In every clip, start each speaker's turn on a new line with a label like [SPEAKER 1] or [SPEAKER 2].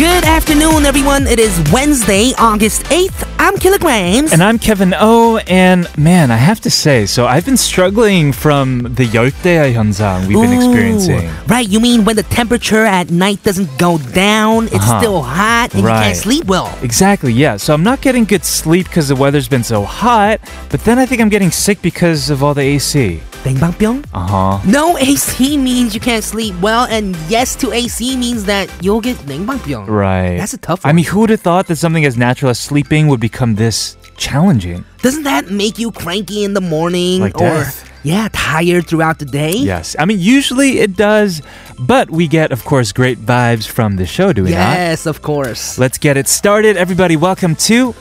[SPEAKER 1] afternoon, everyone. It is Wednesday, August 8th. I'm Kilograms.
[SPEAKER 2] And I'm Kevin O. And man, I have to say, so I've been struggling from the 열대야 현상 we've been
[SPEAKER 1] Ooh,
[SPEAKER 2] experiencing.
[SPEAKER 1] Right, you mean when the temperature at night doesn't go down, it's
[SPEAKER 2] Uh-huh.
[SPEAKER 1] still hot, and you
[SPEAKER 2] Right.
[SPEAKER 1] can't sleep well.
[SPEAKER 2] Exactly, yeah. So I'm not getting good sleep because the weather's been so hot, but then I think I'm getting sick because of all the AC.
[SPEAKER 1] 냉방병?
[SPEAKER 2] Uh huh.
[SPEAKER 1] No AC means you can't sleep well, and yes to AC means that you'll get 냉방병.
[SPEAKER 2] Right.
[SPEAKER 1] That's a tough
[SPEAKER 2] I
[SPEAKER 1] one.
[SPEAKER 2] mean, who would have thought that something as natural as sleeping would become this challenging?
[SPEAKER 1] Doesn't that make you cranky in the morning
[SPEAKER 2] Like
[SPEAKER 1] or
[SPEAKER 2] death.
[SPEAKER 1] yeah, tired throughout the day?
[SPEAKER 2] Yes. I mean, usually it does, but we get, of course, great vibes from the show, do we not?
[SPEAKER 1] Yes, of course.
[SPEAKER 2] Let's get it started. Everybody, welcome to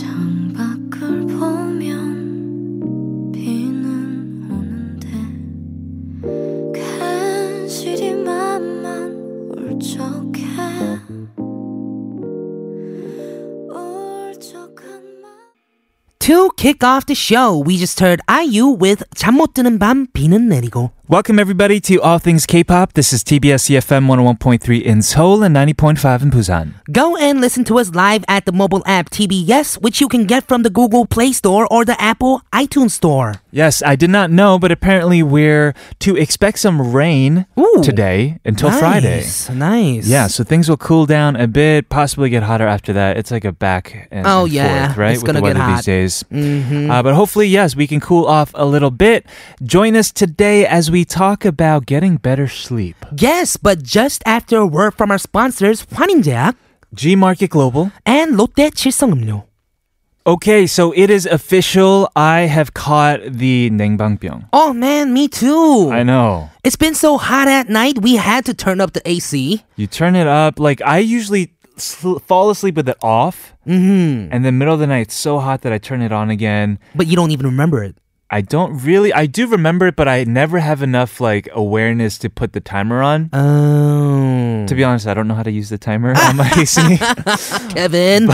[SPEAKER 3] 창밖을 보면 비는 오는데 간신히 맘만 울적해 울적한 맘
[SPEAKER 1] To kick off the show, we just heard IU with 잠 못 드는 밤 비는 내리고.
[SPEAKER 2] Welcome everybody to All Things K-pop. This is TBS EFM 101.3 in Seoul and 90.5 in Busan.
[SPEAKER 1] Go and listen to us live at the mobile app TBS, which you can get from the Google Play Store or the Apple iTunes Store.
[SPEAKER 2] Yes, I did not know, but apparently we're to expect some rain
[SPEAKER 1] Ooh.
[SPEAKER 2] today until Friday.
[SPEAKER 1] Nice, Nice.
[SPEAKER 2] Yeah, so things will cool down a bit, possibly get hotter after that. It's like a back and,
[SPEAKER 1] Oh,
[SPEAKER 2] and
[SPEAKER 1] yeah.
[SPEAKER 2] forth, right?
[SPEAKER 1] It's
[SPEAKER 2] With the
[SPEAKER 1] gonna get
[SPEAKER 2] weather
[SPEAKER 1] hot. Mm-hmm.
[SPEAKER 2] these days. Uh, but hopefully, yes, we can cool off a little bit. Join us today as we talk about getting better sleep.
[SPEAKER 1] Yes, but just after a word from our sponsors, 환인제약
[SPEAKER 2] G Market Global.
[SPEAKER 1] and 롯데 칠성음료.
[SPEAKER 2] Okay, so it is official. I have caught the nengbangpyeong.
[SPEAKER 1] Oh man, me too.
[SPEAKER 2] I know.
[SPEAKER 1] It's been so hot at night, we had to turn up the AC.
[SPEAKER 2] You turn it up. Like I usually sl- fall asleep with it off, mm-hmm. and then middle of the night, it's so hot that I turn it on again.
[SPEAKER 1] But you don't even remember it.
[SPEAKER 2] I don't really. I do remember it, but I never have enough like awareness to put the timer on.
[SPEAKER 1] Oh.
[SPEAKER 2] To be honest, I don't know how to use the timer on my AC.
[SPEAKER 1] Kevin.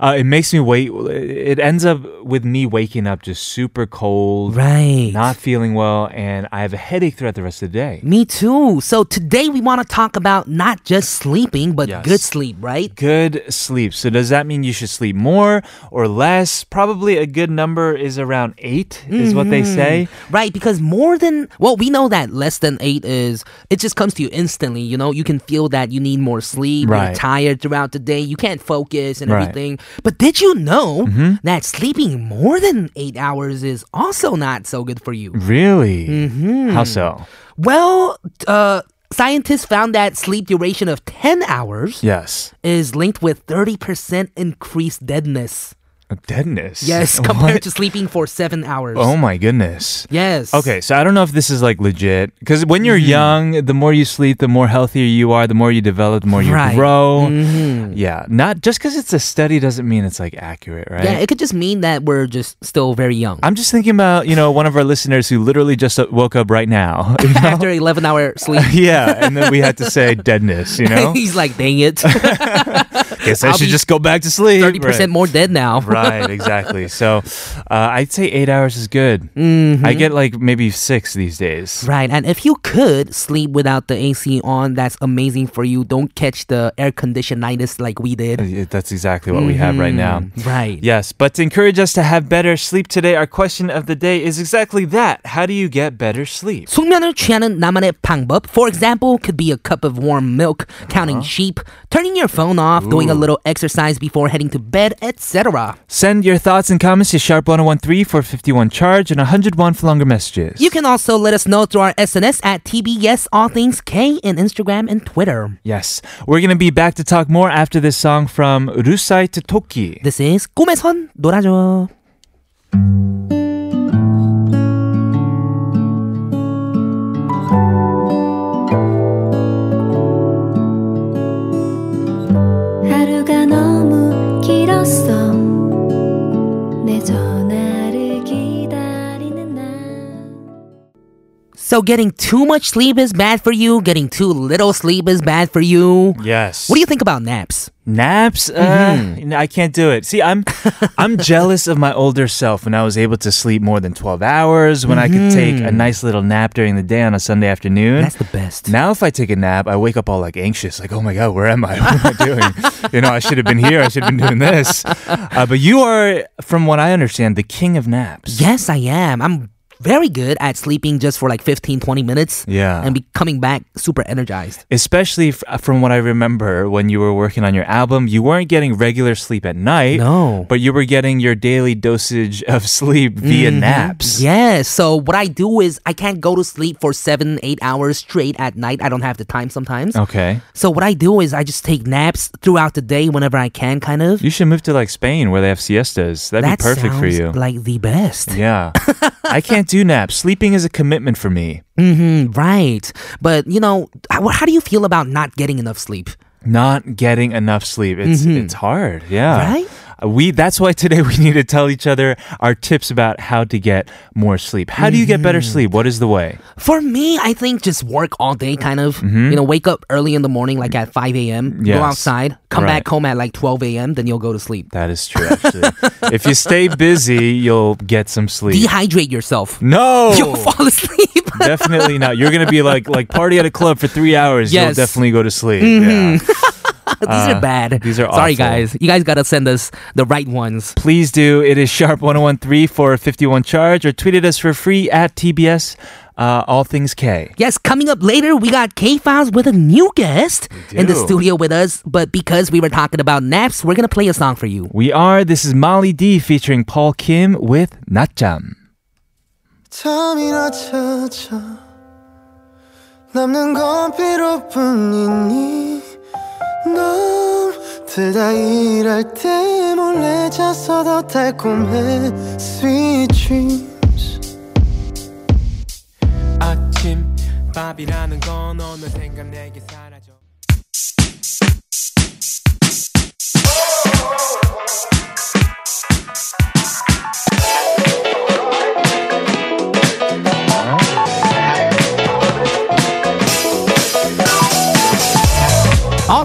[SPEAKER 2] uh, it makes me wait. It ends up with me waking up just super cold,
[SPEAKER 1] right.
[SPEAKER 2] not feeling well, and I have a headache throughout the rest of the day.
[SPEAKER 1] me too. So today we want to talk about not just sleeping, but
[SPEAKER 2] Yes.
[SPEAKER 1] good sleep, right?
[SPEAKER 2] Good sleep. So does that mean you should sleep more or less? Probably a good number is around 8 is what
[SPEAKER 1] Mm-hmm.
[SPEAKER 2] they say.
[SPEAKER 1] Right, because more than, well, we know that less than eight is, it just comes to you instantly, you know? You can feel that you need more sleep, you're
[SPEAKER 2] Right.
[SPEAKER 1] tired throughout the day, you can't focus and
[SPEAKER 2] Right. Mm-hmm.
[SPEAKER 1] everything. But did you know that sleeping more than eight hours is also not so good for you?
[SPEAKER 2] Really? Mm-hmm. How so?
[SPEAKER 1] Well, uh, scientists found that sleep duration of 10 hours
[SPEAKER 2] Yes.
[SPEAKER 1] is linked with 30% increased deadness.
[SPEAKER 2] A deadness.
[SPEAKER 1] Yes, compared to sleeping for 7 hours.
[SPEAKER 2] Oh my goodness.
[SPEAKER 1] Yes.
[SPEAKER 2] Okay, so I don't know if this is like legit because when you're
[SPEAKER 1] Mm-hmm.
[SPEAKER 2] young, the more you sleep, the more healthier you are, the more you develop, the more you
[SPEAKER 1] Right. Mm-hmm.
[SPEAKER 2] grow. Yeah, not just because it's a study doesn't mean it's like accurate, right?
[SPEAKER 1] Yeah, it could just mean that we're just still very young.
[SPEAKER 2] I'm just thinking about you know one of our listeners who literally just uh, woke up right now. you know?
[SPEAKER 1] After 11 hour sleep,
[SPEAKER 2] yeah, and then we had to say deadness. You know,
[SPEAKER 1] he's like, dang it, 30%
[SPEAKER 2] guess I
[SPEAKER 1] I'll
[SPEAKER 2] should
[SPEAKER 1] be
[SPEAKER 2] just go back to sleep. Right.
[SPEAKER 1] more dead now.
[SPEAKER 2] right, exactly. So, uh, I'd say eight hours is good.
[SPEAKER 1] Mm-hmm.
[SPEAKER 2] I get like maybe six these days.
[SPEAKER 1] Right, and if you could sleep without the AC on, that's amazing for you. Don't catch the air conditionitis like we did.
[SPEAKER 2] Uh, That's exactly what we have right now.
[SPEAKER 1] Mm-hmm. Right.
[SPEAKER 2] Yes, but to encourage us to have better sleep today, our question of the day is exactly that. How do you get better sleep?
[SPEAKER 1] 숙면을 취하는 나만의 방법. For example, could be a cup of warm milk, counting
[SPEAKER 2] Uh-huh.
[SPEAKER 1] sheep, turning your phone off, doing a little exercise before heading to bed, etc.
[SPEAKER 2] Send your thoughts and comments to sharp1013 for 51 charge and 101 for longer messages.
[SPEAKER 1] You can also let us know through our SNS at TBS All Things K in Instagram and Twitter.
[SPEAKER 2] Yes. We're going to be back to talk more after this song from Rusai to Toki.
[SPEAKER 1] This is 꿈에선 놀아줘.
[SPEAKER 3] 하루가 너무 길었어 내 전화를 기다리는 나
[SPEAKER 1] So getting too much sleep is bad for you. Getting too little sleep is bad for you.
[SPEAKER 2] Yes.
[SPEAKER 1] What do you think about naps?
[SPEAKER 2] Naps? Uh, no, I can't do it. See, I'm I'm jealous of my older self when I was able to sleep more than 12 hours, when I could take a nice little nap during the day on a Sunday afternoon.
[SPEAKER 1] That's the best.
[SPEAKER 2] now if I take a nap, I wake up all like anxious, like, oh my God, where am I? What am I doing? you know, I should have been here. I should have been doing this. Uh, but you are, from what I understand, the king of naps.
[SPEAKER 1] Yes, I am. I'm very good at sleeping just for like 15, 20 minutes.
[SPEAKER 2] Yeah.
[SPEAKER 1] And be coming back super energized.
[SPEAKER 2] Especially f- uh, from what I remember when you were working on your album, you weren't getting regular sleep at night.
[SPEAKER 1] No.
[SPEAKER 2] But you were getting your daily dosage of sleep via
[SPEAKER 1] Mm-hmm.
[SPEAKER 2] naps.
[SPEAKER 1] Yes. So what I do is I can't go to sleep for seven, eight hours straight at night. I don't have the time sometimes.
[SPEAKER 2] Okay.
[SPEAKER 1] So what I do is I just take naps throughout the day whenever I can, kind of.
[SPEAKER 2] You should move to like Spain where they have siestas. That'd
[SPEAKER 1] that
[SPEAKER 2] be perfect for
[SPEAKER 1] sounds
[SPEAKER 2] you.
[SPEAKER 1] Like the best.
[SPEAKER 2] yeah. I can't do naps. Sleeping is a commitment for me.
[SPEAKER 1] Mm, right. But you know, how, how do you feel about not getting enough sleep?
[SPEAKER 2] Not getting enough sleep. It's it's hard. Yeah.
[SPEAKER 1] Mm-hmm. Right?
[SPEAKER 2] Uh, We that's why today we need to tell each other our tips about how to get more sleep. How do you get better
[SPEAKER 1] Mm-hmm.
[SPEAKER 2] sleep? What is the way?
[SPEAKER 1] For me, I think just work all day, kind of. You know, wake up early in the morning, like at 5 a.m.,
[SPEAKER 2] Mm-hmm. Yes.
[SPEAKER 1] go outside, come
[SPEAKER 2] Right.
[SPEAKER 1] back home at like 12 a.m., then you'll go to sleep.
[SPEAKER 2] That is true actually. if you stay busy, you'll get some sleep.
[SPEAKER 1] Dehydrate yourself.
[SPEAKER 2] no.
[SPEAKER 1] You'll fall asleep.
[SPEAKER 2] definitely not. You're gonna be like like party at a club for three hours.
[SPEAKER 1] Yes.
[SPEAKER 2] You'll definitely go to sleep. Yeah.
[SPEAKER 1] these
[SPEAKER 2] Uh,
[SPEAKER 1] are bad.
[SPEAKER 2] these are
[SPEAKER 1] Sorry,
[SPEAKER 2] awful.
[SPEAKER 1] guys. You guys gotta send us the right ones.
[SPEAKER 2] please do. It is sharp1013 for a 51 charge or tweet at us for free at TBS uh, All Things K.
[SPEAKER 1] Yes, coming up later, we got K Files with a new guest in the
[SPEAKER 2] do.
[SPEAKER 1] studio with us. But because we were talking about naps, we're gonna play a song for you.
[SPEAKER 2] We are. This is Molly D featuring Paul Kim with 낮잠.
[SPEAKER 4] 잠이나 찾아 남는 건 피로뿐이니 넌 뜨다 일할 때 몰래 자서 더 달콤해 Sweet dreams 아침 밥이라는 건 어느샌가 내게 사라져
[SPEAKER 1] All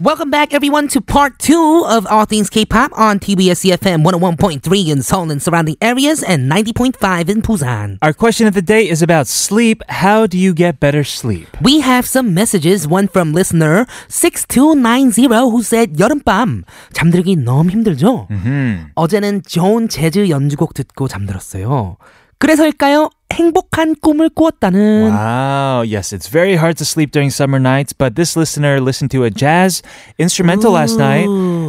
[SPEAKER 1] Welcome back, everyone, to part two of All Things K-pop on TBS EFM 101.3 in Seoul and surrounding areas and 90.5 in Busan.
[SPEAKER 2] Our question of the day is about sleep. How do you get better sleep?
[SPEAKER 1] We have some messages. One from listener 6290 who said 여름밤 잠들기 너무 힘들죠? 어제는 좋은 재즈 연주곡 듣고 잠들었어요. 그래서일까요? 행복한 꿈을 꾸었다는
[SPEAKER 2] Wow, yes, it's very hard to sleep during summer nights, but this listener listened to a jazz instrumental last night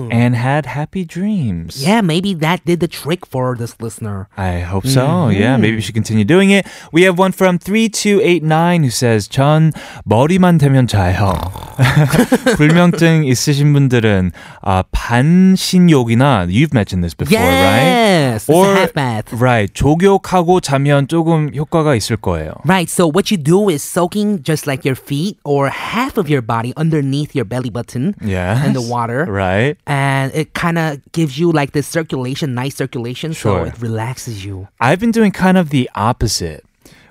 [SPEAKER 2] and had happy dreams.
[SPEAKER 1] Yeah, maybe that did the trick for this listener.
[SPEAKER 2] I hope so.
[SPEAKER 1] Mm-hmm.
[SPEAKER 2] Yeah, maybe we should continue doing it. We have one from 3289 who says, 전 머리만 되면 자요. 불명증 있으신 분들은 아, 반신욕이나 you've mentioned this before,
[SPEAKER 1] Yes, it's
[SPEAKER 2] right?
[SPEAKER 1] a half bath.
[SPEAKER 2] right, 조욕하고 자면 조금 효과가 있을 거예요.
[SPEAKER 1] Right, so what you do is soaking just like your feet or half of your body underneath your belly button
[SPEAKER 2] Yeah.
[SPEAKER 1] in the water.
[SPEAKER 2] Right.
[SPEAKER 1] And it kind of gives you like this circulation, nice circulation, so
[SPEAKER 2] Sure.
[SPEAKER 1] it relaxes you.
[SPEAKER 2] I've been doing kind of the opposite,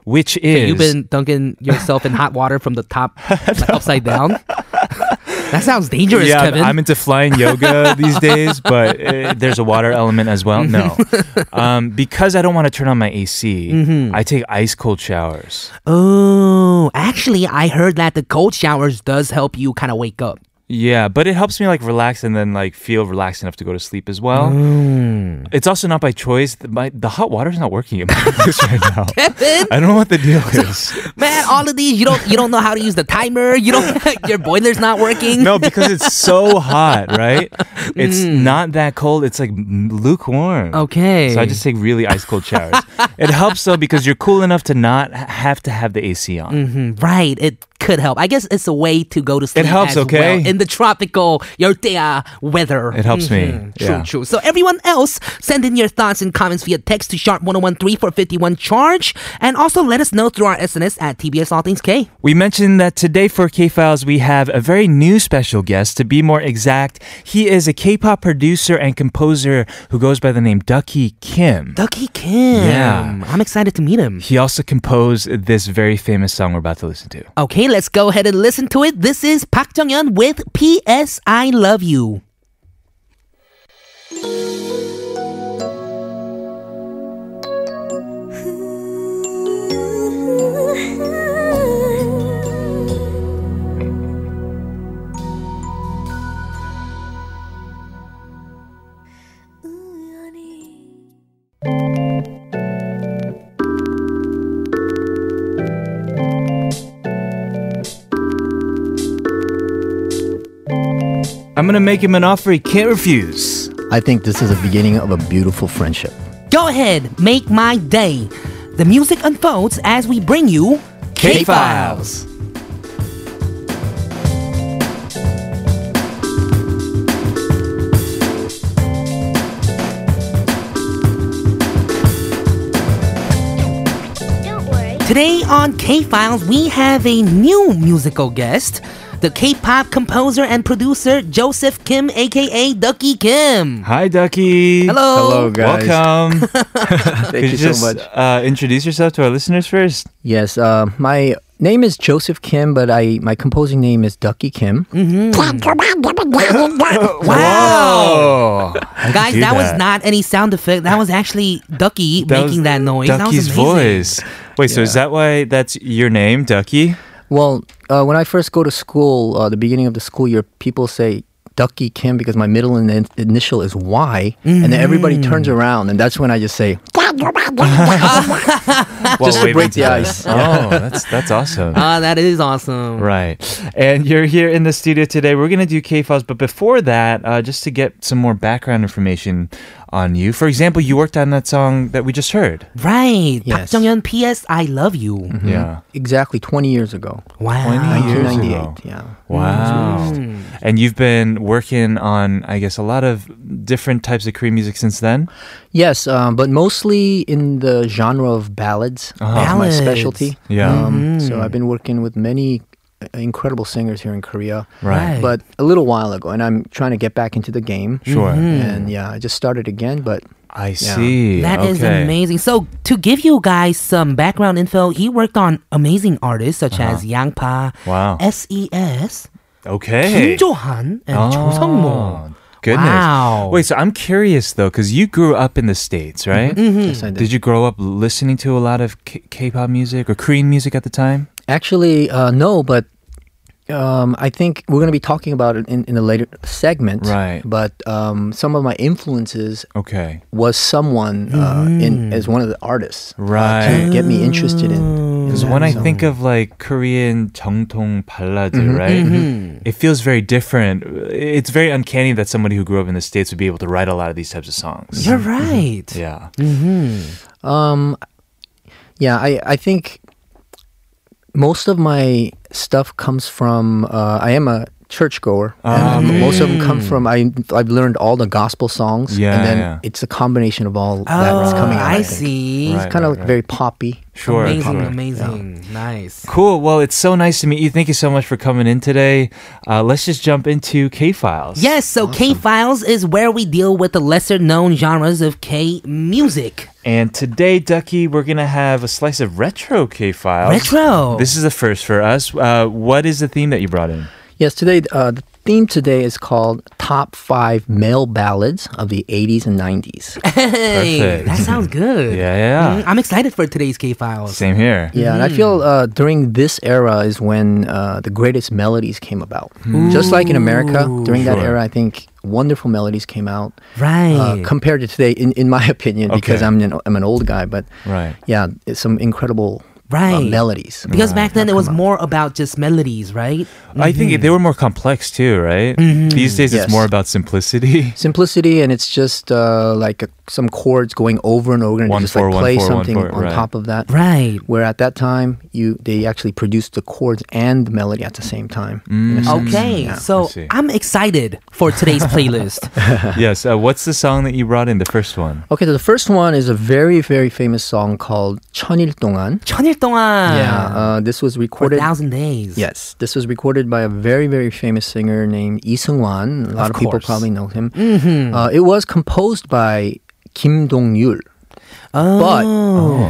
[SPEAKER 2] which
[SPEAKER 1] So
[SPEAKER 2] is
[SPEAKER 1] you've been dunking yourself in hot water from the top, like upside down. that sounds dangerous,
[SPEAKER 2] yeah,
[SPEAKER 1] Kevin.
[SPEAKER 2] I'm into flying yoga these days, but uh, there's a water element as well. No, um, because I don't want to turn on my AC,
[SPEAKER 1] Mm-hmm.
[SPEAKER 2] I take ice cold showers.
[SPEAKER 1] oh, actually, I heard that the cold showers does help you kind of wake up.
[SPEAKER 2] Yeah, but it helps me like relax and then like feel relaxed enough to go to sleep as well.
[SPEAKER 1] Mm.
[SPEAKER 2] It's also not by choice. The- My, the hot water's not working in my place right now.
[SPEAKER 1] Kevin,
[SPEAKER 2] I don't know what the deal is.
[SPEAKER 1] Man, all of these you don't you don't know how to use the timer. You don't your boiler's not working.
[SPEAKER 2] No, because it's so hot, right? It's not that cold. It's like lukewarm.
[SPEAKER 1] Mm. Okay.
[SPEAKER 2] So I just take really ice cold
[SPEAKER 1] Mm-hmm.
[SPEAKER 2] showers. it helps though because you're cool enough to not ha- have to have the AC on.
[SPEAKER 1] Mm, right. It could help. I guess it's a way to go to sleep.
[SPEAKER 2] helps,
[SPEAKER 1] as
[SPEAKER 2] okay?
[SPEAKER 1] well in the tropical 열대야 weather.
[SPEAKER 2] It helps me.
[SPEAKER 1] Mhm. True,
[SPEAKER 2] Yeah.
[SPEAKER 1] true. So everyone else, send in your thoughts and comments via text to sharp 1013 for 51 charge, and also let us know through our SNS at TBS All Things K.
[SPEAKER 2] We mentioned that today for K Files, we have a very new special guest. To be more exact, he is a K pop producer and composer who goes by the name Ducky Kim.
[SPEAKER 1] Ducky Kim.
[SPEAKER 2] Yeah.
[SPEAKER 1] I'm excited to meet him.
[SPEAKER 2] He also composed this very famous song we're about to listen to.
[SPEAKER 1] Okay, let's go ahead and listen to it. This is Park Jong-yeon with P.S. I Love You.
[SPEAKER 3] 우연히
[SPEAKER 2] I'm gonna make him an offer he can't refuse.
[SPEAKER 5] I think this is the beginning of a beautiful friendship.
[SPEAKER 1] Go ahead, make my day. The music unfolds as we bring you
[SPEAKER 2] K-Files.
[SPEAKER 1] Today on K Files, we have a new musical guest, the K pop composer and producer Joseph Kim, aka Ducky Kim.
[SPEAKER 2] Hi, Ducky.
[SPEAKER 1] Hello.
[SPEAKER 5] Hello, guys.
[SPEAKER 2] Welcome.
[SPEAKER 5] Thank
[SPEAKER 2] Could
[SPEAKER 5] you
[SPEAKER 2] you
[SPEAKER 5] so
[SPEAKER 2] just
[SPEAKER 5] much.
[SPEAKER 2] uh, introduce yourself to our listeners first?
[SPEAKER 5] Yes, uh, my name is Joseph Kim, but I my composing name is Ducky Kim.
[SPEAKER 1] Wow!
[SPEAKER 2] Oh,
[SPEAKER 1] Guys, that, was not any sound effect. That was actually Ducky making that noise. that was
[SPEAKER 2] Ducky's
[SPEAKER 1] amazing.
[SPEAKER 2] voice. Wait, so is that why that's your name, Ducky?
[SPEAKER 5] Well, uh, when I first go to school, uh, the beginning of the school year, people say Ducky Kim because my middle and in- initial is Y, and then everybody turns around, and that's when I just say
[SPEAKER 2] Just
[SPEAKER 5] to break the ice.
[SPEAKER 2] Oh, that's that's awesome.
[SPEAKER 1] Ah, that is awesome.
[SPEAKER 2] Right. And you're here in the studio today. We're going to do K Files. But before that, uh, just to get some more background information on you. For example, you worked on that song that we just heard.
[SPEAKER 1] Right. Park
[SPEAKER 5] Yes.
[SPEAKER 1] Jong-yeon, P.S. I love you.
[SPEAKER 5] Mm-hmm.
[SPEAKER 2] Yeah.
[SPEAKER 5] exactly 20 years ago,
[SPEAKER 1] Wow.
[SPEAKER 2] 20 Mm. years
[SPEAKER 5] 1998.
[SPEAKER 2] ago.
[SPEAKER 5] Yeah.
[SPEAKER 2] Wow.
[SPEAKER 1] Mm.
[SPEAKER 2] And you've been working on, I guess, a lot of different types of Korean music since then?
[SPEAKER 5] Yes, um, but mostly in the genre of ballads. That's my
[SPEAKER 1] Ballads. Mm-hmm.
[SPEAKER 5] specialty.
[SPEAKER 2] Ah. Yeah.
[SPEAKER 5] Um, So I've been working with many uh, incredible singers here in Korea,
[SPEAKER 1] Right.
[SPEAKER 5] but a little while ago, and I'm trying to get back into the game.
[SPEAKER 2] Sure.
[SPEAKER 1] Mm-hmm.
[SPEAKER 5] And yeah, I just started again, but
[SPEAKER 2] I see.
[SPEAKER 1] That is
[SPEAKER 2] Okay.
[SPEAKER 1] amazing. So, to give you guys some background info, he worked on amazing artists such as Yang Pa,
[SPEAKER 2] Uh-huh. Wow.
[SPEAKER 1] SES,
[SPEAKER 2] Okay.
[SPEAKER 1] Kim Johan, and
[SPEAKER 2] Oh,
[SPEAKER 1] Cho Seung-mo.
[SPEAKER 2] Goodness.
[SPEAKER 1] Wow.
[SPEAKER 2] Wait, so I'm curious though, because you grew up in the States, right?
[SPEAKER 1] Mm-hmm.
[SPEAKER 5] yes, I
[SPEAKER 2] Did
[SPEAKER 5] did.
[SPEAKER 2] you grow up listening to a lot of K- K-pop music or Korean music at the time?
[SPEAKER 5] Actually, uh, no, but um, I think we're going to be talking about it in, in a later segment.
[SPEAKER 2] Right.
[SPEAKER 5] But um, some of my influences
[SPEAKER 2] Okay.
[SPEAKER 5] was someone uh,
[SPEAKER 1] Mm-hmm.
[SPEAKER 5] in as one of the artists uh,
[SPEAKER 2] Right.
[SPEAKER 5] to get me interested
[SPEAKER 1] Oh.
[SPEAKER 5] in.
[SPEAKER 2] Because when I think of like Korean 정통 ballad,
[SPEAKER 5] Mm-hmm.
[SPEAKER 2] right?
[SPEAKER 1] Mm-hmm.
[SPEAKER 2] It feels very different. It's very uncanny that somebody who grew up in the States would be able to write a lot of these types of songs.
[SPEAKER 1] You're right.
[SPEAKER 2] Yeah.
[SPEAKER 5] Um, yeah, I, I think most of my stuff comes from, uh, I am a churchgoer.
[SPEAKER 2] Ah,
[SPEAKER 5] Um, Most of them come from, I, I've learned all the gospel songs.
[SPEAKER 2] Yeah,
[SPEAKER 5] And then
[SPEAKER 2] yeah.
[SPEAKER 5] it's a combination of all
[SPEAKER 1] Oh,
[SPEAKER 5] that's coming out.
[SPEAKER 1] I,
[SPEAKER 5] think.
[SPEAKER 1] see.
[SPEAKER 2] Right,
[SPEAKER 5] It's kind of
[SPEAKER 2] right, right.
[SPEAKER 5] very poppy.
[SPEAKER 2] Sure.
[SPEAKER 1] amazing,
[SPEAKER 2] sure.
[SPEAKER 1] amazing. Nice.
[SPEAKER 2] Cool. Well, it's so nice to meet you. Thank you so much for coming in today. Uh, let's just jump into K Files.
[SPEAKER 1] Yes, so K Files is where we deal with the lesser known genres of K music.
[SPEAKER 2] And today, Ducky, we're going to have a slice of retro K Files.
[SPEAKER 1] Retro.
[SPEAKER 2] This is the first for us. Uh, what is the theme that you brought in?
[SPEAKER 5] Yes, today uh, the theme today is called top five male ballads of the 80s and 90s.
[SPEAKER 1] Hey,
[SPEAKER 2] Perfect.
[SPEAKER 1] that sounds good.
[SPEAKER 2] Yeah, yeah.
[SPEAKER 1] Mhm, I'm excited for today's K Files.
[SPEAKER 2] Same here.
[SPEAKER 5] Yeah, and I
[SPEAKER 1] Mm.
[SPEAKER 5] feel uh, during this era is when uh, the greatest melodies came about. Just like in America, during that
[SPEAKER 2] Sure.
[SPEAKER 5] era, I think wonderful melodies came out
[SPEAKER 1] Right.
[SPEAKER 5] uh, compared to today, in, in my opinion, because
[SPEAKER 2] Okay.
[SPEAKER 5] I'm an, I'm an old guy. But
[SPEAKER 2] Right.
[SPEAKER 5] yeah, it's some incredible uh,
[SPEAKER 1] Right.
[SPEAKER 5] melodies.
[SPEAKER 1] Because back then it was
[SPEAKER 5] Come on.
[SPEAKER 1] more about just melodies, right?
[SPEAKER 2] I think they were more complex too, right? These days it's
[SPEAKER 5] Yes.
[SPEAKER 2] more about simplicity.
[SPEAKER 5] simplicity and it's just uh, like a, some chords going over and over and
[SPEAKER 2] One,
[SPEAKER 5] just
[SPEAKER 2] four,
[SPEAKER 5] like
[SPEAKER 2] one,
[SPEAKER 5] play
[SPEAKER 2] four, one,
[SPEAKER 5] something
[SPEAKER 2] four,
[SPEAKER 5] on
[SPEAKER 2] right.
[SPEAKER 5] top of that
[SPEAKER 1] Right.
[SPEAKER 5] where at that time you they actually produced the chords and the melody at the same time
[SPEAKER 2] Mm.
[SPEAKER 5] in a sense.
[SPEAKER 1] Okay,
[SPEAKER 5] Mm, Yeah.
[SPEAKER 1] so
[SPEAKER 2] see.
[SPEAKER 1] I'm excited for today's playlist.
[SPEAKER 2] yes. Uh, what's the song that you brought in? The first one.
[SPEAKER 5] okay so the first one is a very very famous song called 천일 동안
[SPEAKER 1] 천일 동안.
[SPEAKER 5] yeah uh, this was
[SPEAKER 1] For
[SPEAKER 5] recorded
[SPEAKER 1] thousand days.
[SPEAKER 5] Yes, this was recorded by a very, very famous singer named Lee Sung Wan. A lot
[SPEAKER 1] Of
[SPEAKER 5] of, people
[SPEAKER 1] course. Mm-hmm.
[SPEAKER 5] probably know him. Uh, it was composed by Kim Dong Yul.
[SPEAKER 1] Oh,
[SPEAKER 5] But-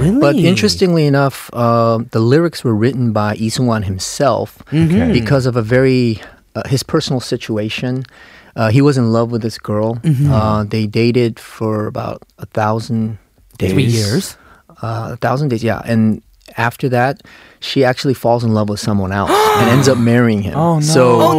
[SPEAKER 1] really?
[SPEAKER 5] But interestingly enough, uh, the lyrics were written by Lee Sung Wan himself
[SPEAKER 1] Mm-hmm.
[SPEAKER 2] Okay.
[SPEAKER 5] because of a very uh, his personal situation. Uh, he was in love with this girl.
[SPEAKER 1] Mm-hmm.
[SPEAKER 5] Uh, they dated for about a thousand days.
[SPEAKER 1] Three years.
[SPEAKER 5] Uh, a thousand days, yeah. And after that, she actually falls in love with someone else and ends up marrying him.
[SPEAKER 2] Oh, no.
[SPEAKER 5] So,
[SPEAKER 1] Oh,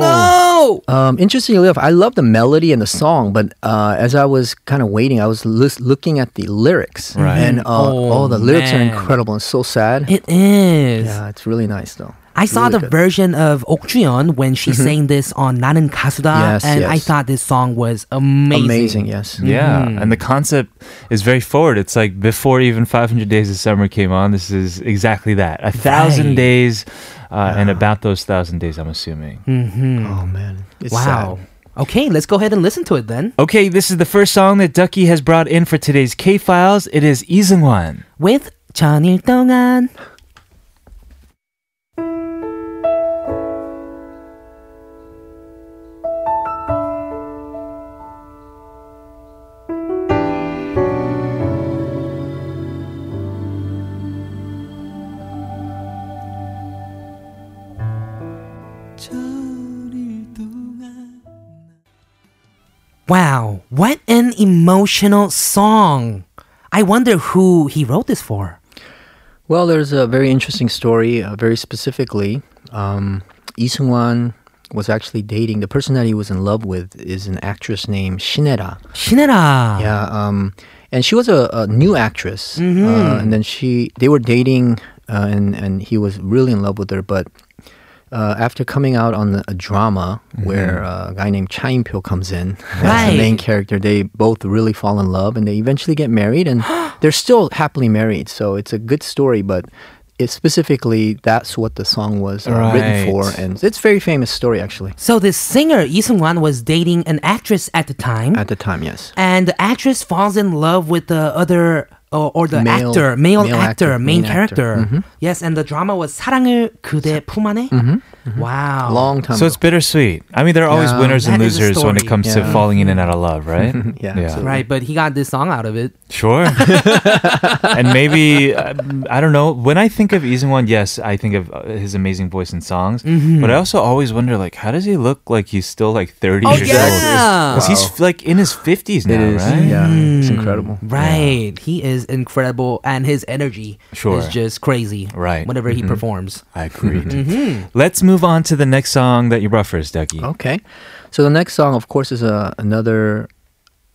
[SPEAKER 1] no!
[SPEAKER 5] um, interestingly enough, I love the melody and the song, but uh, as I was kind of waiting, I was lis- looking at the lyrics,
[SPEAKER 2] Right.
[SPEAKER 5] and uh,
[SPEAKER 1] Oh,
[SPEAKER 5] oh, the lyrics
[SPEAKER 1] man.
[SPEAKER 5] are incredible and so sad.
[SPEAKER 1] It is.
[SPEAKER 5] yeah, it's really nice though.
[SPEAKER 1] I saw
[SPEAKER 5] Really
[SPEAKER 1] the
[SPEAKER 5] good. Mm-hmm.
[SPEAKER 1] version of Ok Juyeon when she sang this on 나는 가수다,
[SPEAKER 5] Yes,
[SPEAKER 1] and I
[SPEAKER 5] yes.
[SPEAKER 1] thought this song was amazing.
[SPEAKER 5] amazing. Yes.
[SPEAKER 2] Yeah, and the
[SPEAKER 1] Mm-hmm.
[SPEAKER 2] concept is very forward. It's like before even 500 Days of Summer came on, this is exactly that. A thousand
[SPEAKER 1] Right.
[SPEAKER 2] days, uh, and about those thousand days, I'm assuming.
[SPEAKER 5] Oh man, it's
[SPEAKER 1] Mm-hmm. Mm. Wow.
[SPEAKER 5] wow.
[SPEAKER 1] Okay, let's go ahead and listen to it then
[SPEAKER 2] Okay, this is the first song that Ducky has brought in for today's K Files. It is Iseungwan.
[SPEAKER 1] with 천일 동안. Wow, what an emotional song! I wonder who he wrote this for.
[SPEAKER 5] Well, there's a very interesting story. Uh, very specifically, um, Lee Sung Wan was actually dating the person that he was in love with is an actress named Shinera.
[SPEAKER 1] 신혜라.
[SPEAKER 5] Yeah, um, and she was a, a new actress, uh, and then she they were dating, uh, and and he was really in love with her. But uh, after coming out on a drama where uh, a guy named Cha In Pyo comes in as
[SPEAKER 1] Right.
[SPEAKER 5] the main character, they both really fall in love, and they eventually get married, and they're still happily married. So it's a good story, but. It specifically, that's what the song was uh, written for,
[SPEAKER 2] Right.
[SPEAKER 5] and it's a very famous story actually
[SPEAKER 1] So this singer Lee Sung Wan was dating an actress at the time,
[SPEAKER 5] at the time. Yes,
[SPEAKER 1] and the actress falls in love with the other or, or the
[SPEAKER 5] Male-
[SPEAKER 1] actor, male,
[SPEAKER 5] male
[SPEAKER 1] actor,
[SPEAKER 5] actor,
[SPEAKER 1] main,
[SPEAKER 5] main actor.
[SPEAKER 1] character. Yes, and the drama was 사랑을 그대 품 안에. Wow.
[SPEAKER 5] long time.
[SPEAKER 2] So it's
[SPEAKER 5] ago.
[SPEAKER 2] bittersweet. I mean, there are always
[SPEAKER 5] Yeah.
[SPEAKER 2] winners and
[SPEAKER 1] That is a
[SPEAKER 2] losers when it
[SPEAKER 1] story.
[SPEAKER 2] comes to
[SPEAKER 5] Yeah.
[SPEAKER 2] falling in and out of love, right?
[SPEAKER 5] Yeah, absolutely.
[SPEAKER 1] Right, but he got this song out of it.
[SPEAKER 2] Sure. and maybe, uh, I don't know, when I think of Iseungwan, yes, I think of uh, his amazing voice and songs.
[SPEAKER 1] Mm-hmm.
[SPEAKER 2] But I also always wonder, like, how does he look like he's still like 30
[SPEAKER 1] Oh
[SPEAKER 2] years
[SPEAKER 1] yeah.
[SPEAKER 2] old? Because he's like in his 50s now,
[SPEAKER 5] It is,
[SPEAKER 2] right?
[SPEAKER 5] yeah, it's incredible.
[SPEAKER 1] Right. He is incredible and his energy
[SPEAKER 2] Sure.
[SPEAKER 1] is just crazy.
[SPEAKER 2] Right.
[SPEAKER 1] Whenever he performs.
[SPEAKER 2] I agreed.
[SPEAKER 1] Mm-hmm.
[SPEAKER 2] Let's move on to the next song that you brought for us, Ducky.
[SPEAKER 5] Okay. So the next song, of course, is a, another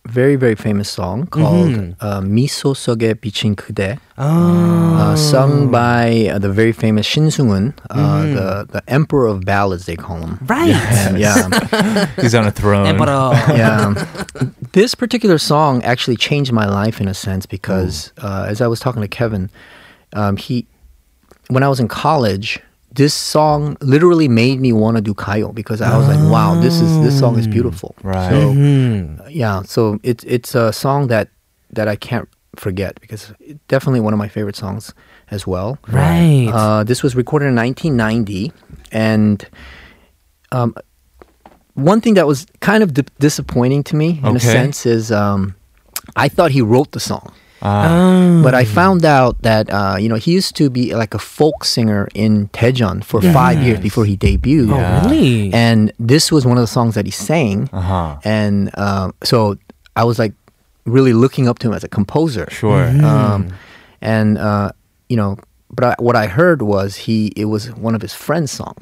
[SPEAKER 5] very, very famous song called uh, 미소 속에 비친 그대, uh, sung by uh, the very famous Shin Sung-un, uh, the, the emperor of ballads, they call him.
[SPEAKER 1] Right. uh,
[SPEAKER 5] And, yeah.
[SPEAKER 2] He's on a throne.
[SPEAKER 1] Emperor.
[SPEAKER 5] yeah. This particular song actually changed my life in a sense because uh, as I was talking to Kevin, um, he, when I was in college, this song literally made me want to do Kayo because I was like, wow, this is this song is beautiful.
[SPEAKER 2] Right.
[SPEAKER 5] So,
[SPEAKER 1] hmm,
[SPEAKER 5] yeah. So it's it's a song that that I can't forget because it's definitely one of my favorite songs as well.
[SPEAKER 1] Right.
[SPEAKER 5] Uh, this was recorded in 1990, and um, one thing that was kind of di- disappointing to me, in a
[SPEAKER 2] Okay.
[SPEAKER 5] sense, is um, I thought he wrote the song,
[SPEAKER 2] Ah,
[SPEAKER 1] Oh,
[SPEAKER 5] but I found out that uh, you know he used to be like a folk singer in Daejeon for five years before he debuted.
[SPEAKER 2] Yeah.
[SPEAKER 1] really?
[SPEAKER 5] And this was one of the songs that he sang,
[SPEAKER 2] Oh, uh-huh.
[SPEAKER 5] and um, so I was like really looking up to him as a composer.
[SPEAKER 2] Sure.
[SPEAKER 5] Um, and uh, you know, but I, what I heard was he it was one of his friend's songs.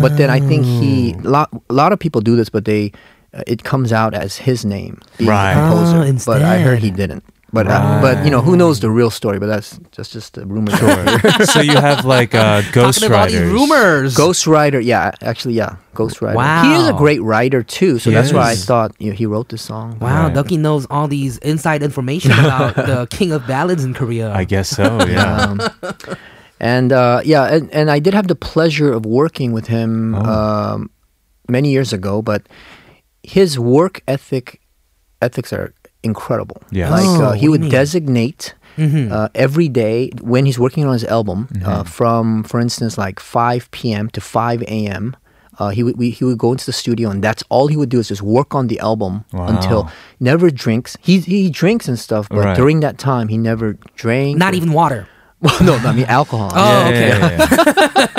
[SPEAKER 5] But then I think he lot a lot of people do this, but they uh, it comes out as his name being
[SPEAKER 2] Right.
[SPEAKER 5] the composer.
[SPEAKER 1] Oh,
[SPEAKER 5] but I heard he
[SPEAKER 1] instead.
[SPEAKER 5] didn't. But uh, but you know who knows the real story? But that's just just a rumor.
[SPEAKER 2] so you have like uh, ghost
[SPEAKER 1] Mm-hmm. Talking about these
[SPEAKER 2] writers.
[SPEAKER 1] rumors.
[SPEAKER 5] Ghost Rider, yeah, actually, yeah, Ghost Rider. He is a
[SPEAKER 1] Wow.
[SPEAKER 5] great writer too, so
[SPEAKER 2] He
[SPEAKER 5] that's why I
[SPEAKER 2] is.
[SPEAKER 5] thought you know, he wrote this song.
[SPEAKER 1] Wow,
[SPEAKER 2] Right.
[SPEAKER 1] Ducky knows all these inside information about the king of ballads in Korea.
[SPEAKER 2] I guess so. Yeah.
[SPEAKER 5] Um, and uh, yeah, and, and I did have the pleasure of working with him
[SPEAKER 2] Oh.
[SPEAKER 5] um, many years ago, but his work ethic ethics are incredible.
[SPEAKER 2] Yes.
[SPEAKER 5] Like
[SPEAKER 1] Oh,
[SPEAKER 5] uh, he
[SPEAKER 1] what do you mean?
[SPEAKER 5] would
[SPEAKER 1] Mm-hmm.
[SPEAKER 5] designate uh, every day when he's working on his album uh,
[SPEAKER 2] Mm-hmm.
[SPEAKER 5] from, for instance, like 5 p.m. to 5 a.m. Uh, he would we, he would go into the studio and that's all he would do is just work on the album until
[SPEAKER 2] Wow.
[SPEAKER 5] never drinks. He he drinks and stuff, but
[SPEAKER 2] Right.
[SPEAKER 5] during that time he never drank.
[SPEAKER 1] Not
[SPEAKER 5] or-
[SPEAKER 1] even water.
[SPEAKER 5] well, no, I mean alcohol.
[SPEAKER 1] Oh,
[SPEAKER 2] Yeah,
[SPEAKER 1] okay. Mm-hmm.
[SPEAKER 2] yeah, yeah,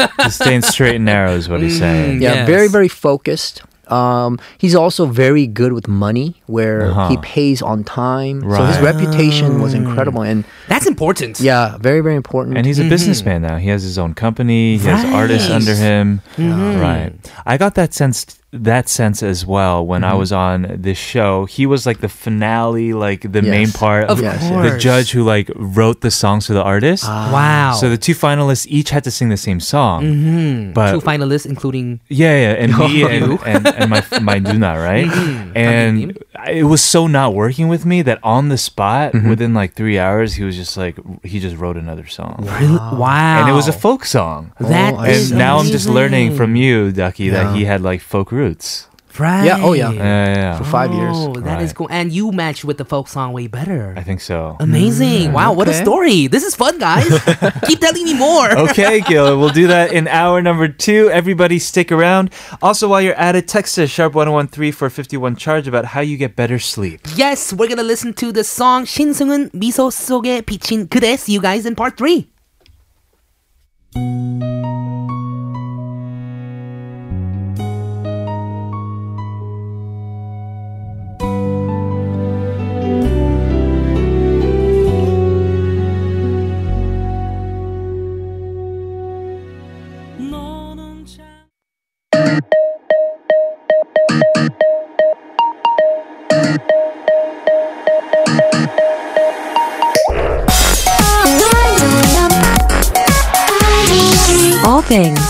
[SPEAKER 2] yeah. He's staying straight and narrow is what he's saying.
[SPEAKER 5] yeah,
[SPEAKER 1] yes.
[SPEAKER 5] very very focused. Um, he's also very good with money, where
[SPEAKER 2] Uh-huh.
[SPEAKER 5] he pays on time. So
[SPEAKER 2] Right.
[SPEAKER 5] his
[SPEAKER 2] Ah.
[SPEAKER 5] reputation was incredible, and
[SPEAKER 1] That's important.
[SPEAKER 5] yeah, very very important.
[SPEAKER 2] And he's a businessman now. He has his own company. He has artists
[SPEAKER 1] Mm-hmm. Right. Mm-hmm.
[SPEAKER 2] under him. Right. I got that sense that sense as well when
[SPEAKER 1] Mm-hmm.
[SPEAKER 2] I was on this show. He was like the finale, like the main
[SPEAKER 5] Yes.
[SPEAKER 2] part
[SPEAKER 1] Of
[SPEAKER 5] Yes, yes.
[SPEAKER 1] course.
[SPEAKER 2] the judge who like wrote the songs for the artist.
[SPEAKER 1] Wow.
[SPEAKER 2] So the two finalists each had to sing the same song. Mm-hmm. But
[SPEAKER 1] two finalists, including
[SPEAKER 2] yeah, yeah, and me and,
[SPEAKER 1] You. Mm-hmm.
[SPEAKER 2] and, and my my Nuna, right? And it was so not working with me that on the spot,
[SPEAKER 1] Mm-hmm.
[SPEAKER 2] within like three hours, he was just like he just wrote another song,
[SPEAKER 1] wow.
[SPEAKER 2] and it was a folk song.
[SPEAKER 1] That
[SPEAKER 5] Oh, I
[SPEAKER 1] is
[SPEAKER 2] And now I'm just
[SPEAKER 1] amazing.
[SPEAKER 2] learning from you, Ducky, that
[SPEAKER 5] Yeah.
[SPEAKER 2] he had like folk roots.
[SPEAKER 1] Right.
[SPEAKER 5] yeah, oh yeah,
[SPEAKER 2] Yeah, yeah,
[SPEAKER 5] for
[SPEAKER 2] yeah.
[SPEAKER 5] five years.
[SPEAKER 1] Oh, that is
[SPEAKER 2] Right.
[SPEAKER 1] cool. And you matched with the folk song way better.
[SPEAKER 2] I think so.
[SPEAKER 1] Amazing. wow, what a
[SPEAKER 5] Mm-hmm. okay.
[SPEAKER 1] story. This is fun, guys. Keep telling me more.
[SPEAKER 2] okay, Gil, we'll do that in hour number two. Everybody stick around. Also, while you're at it, text us sharp 1013 for 51 charge about how you get better sleep.
[SPEAKER 1] Yes, we're going to listen to the song 신승은 미소 속에 비친 그대. See you guys in part 3.
[SPEAKER 6] All things.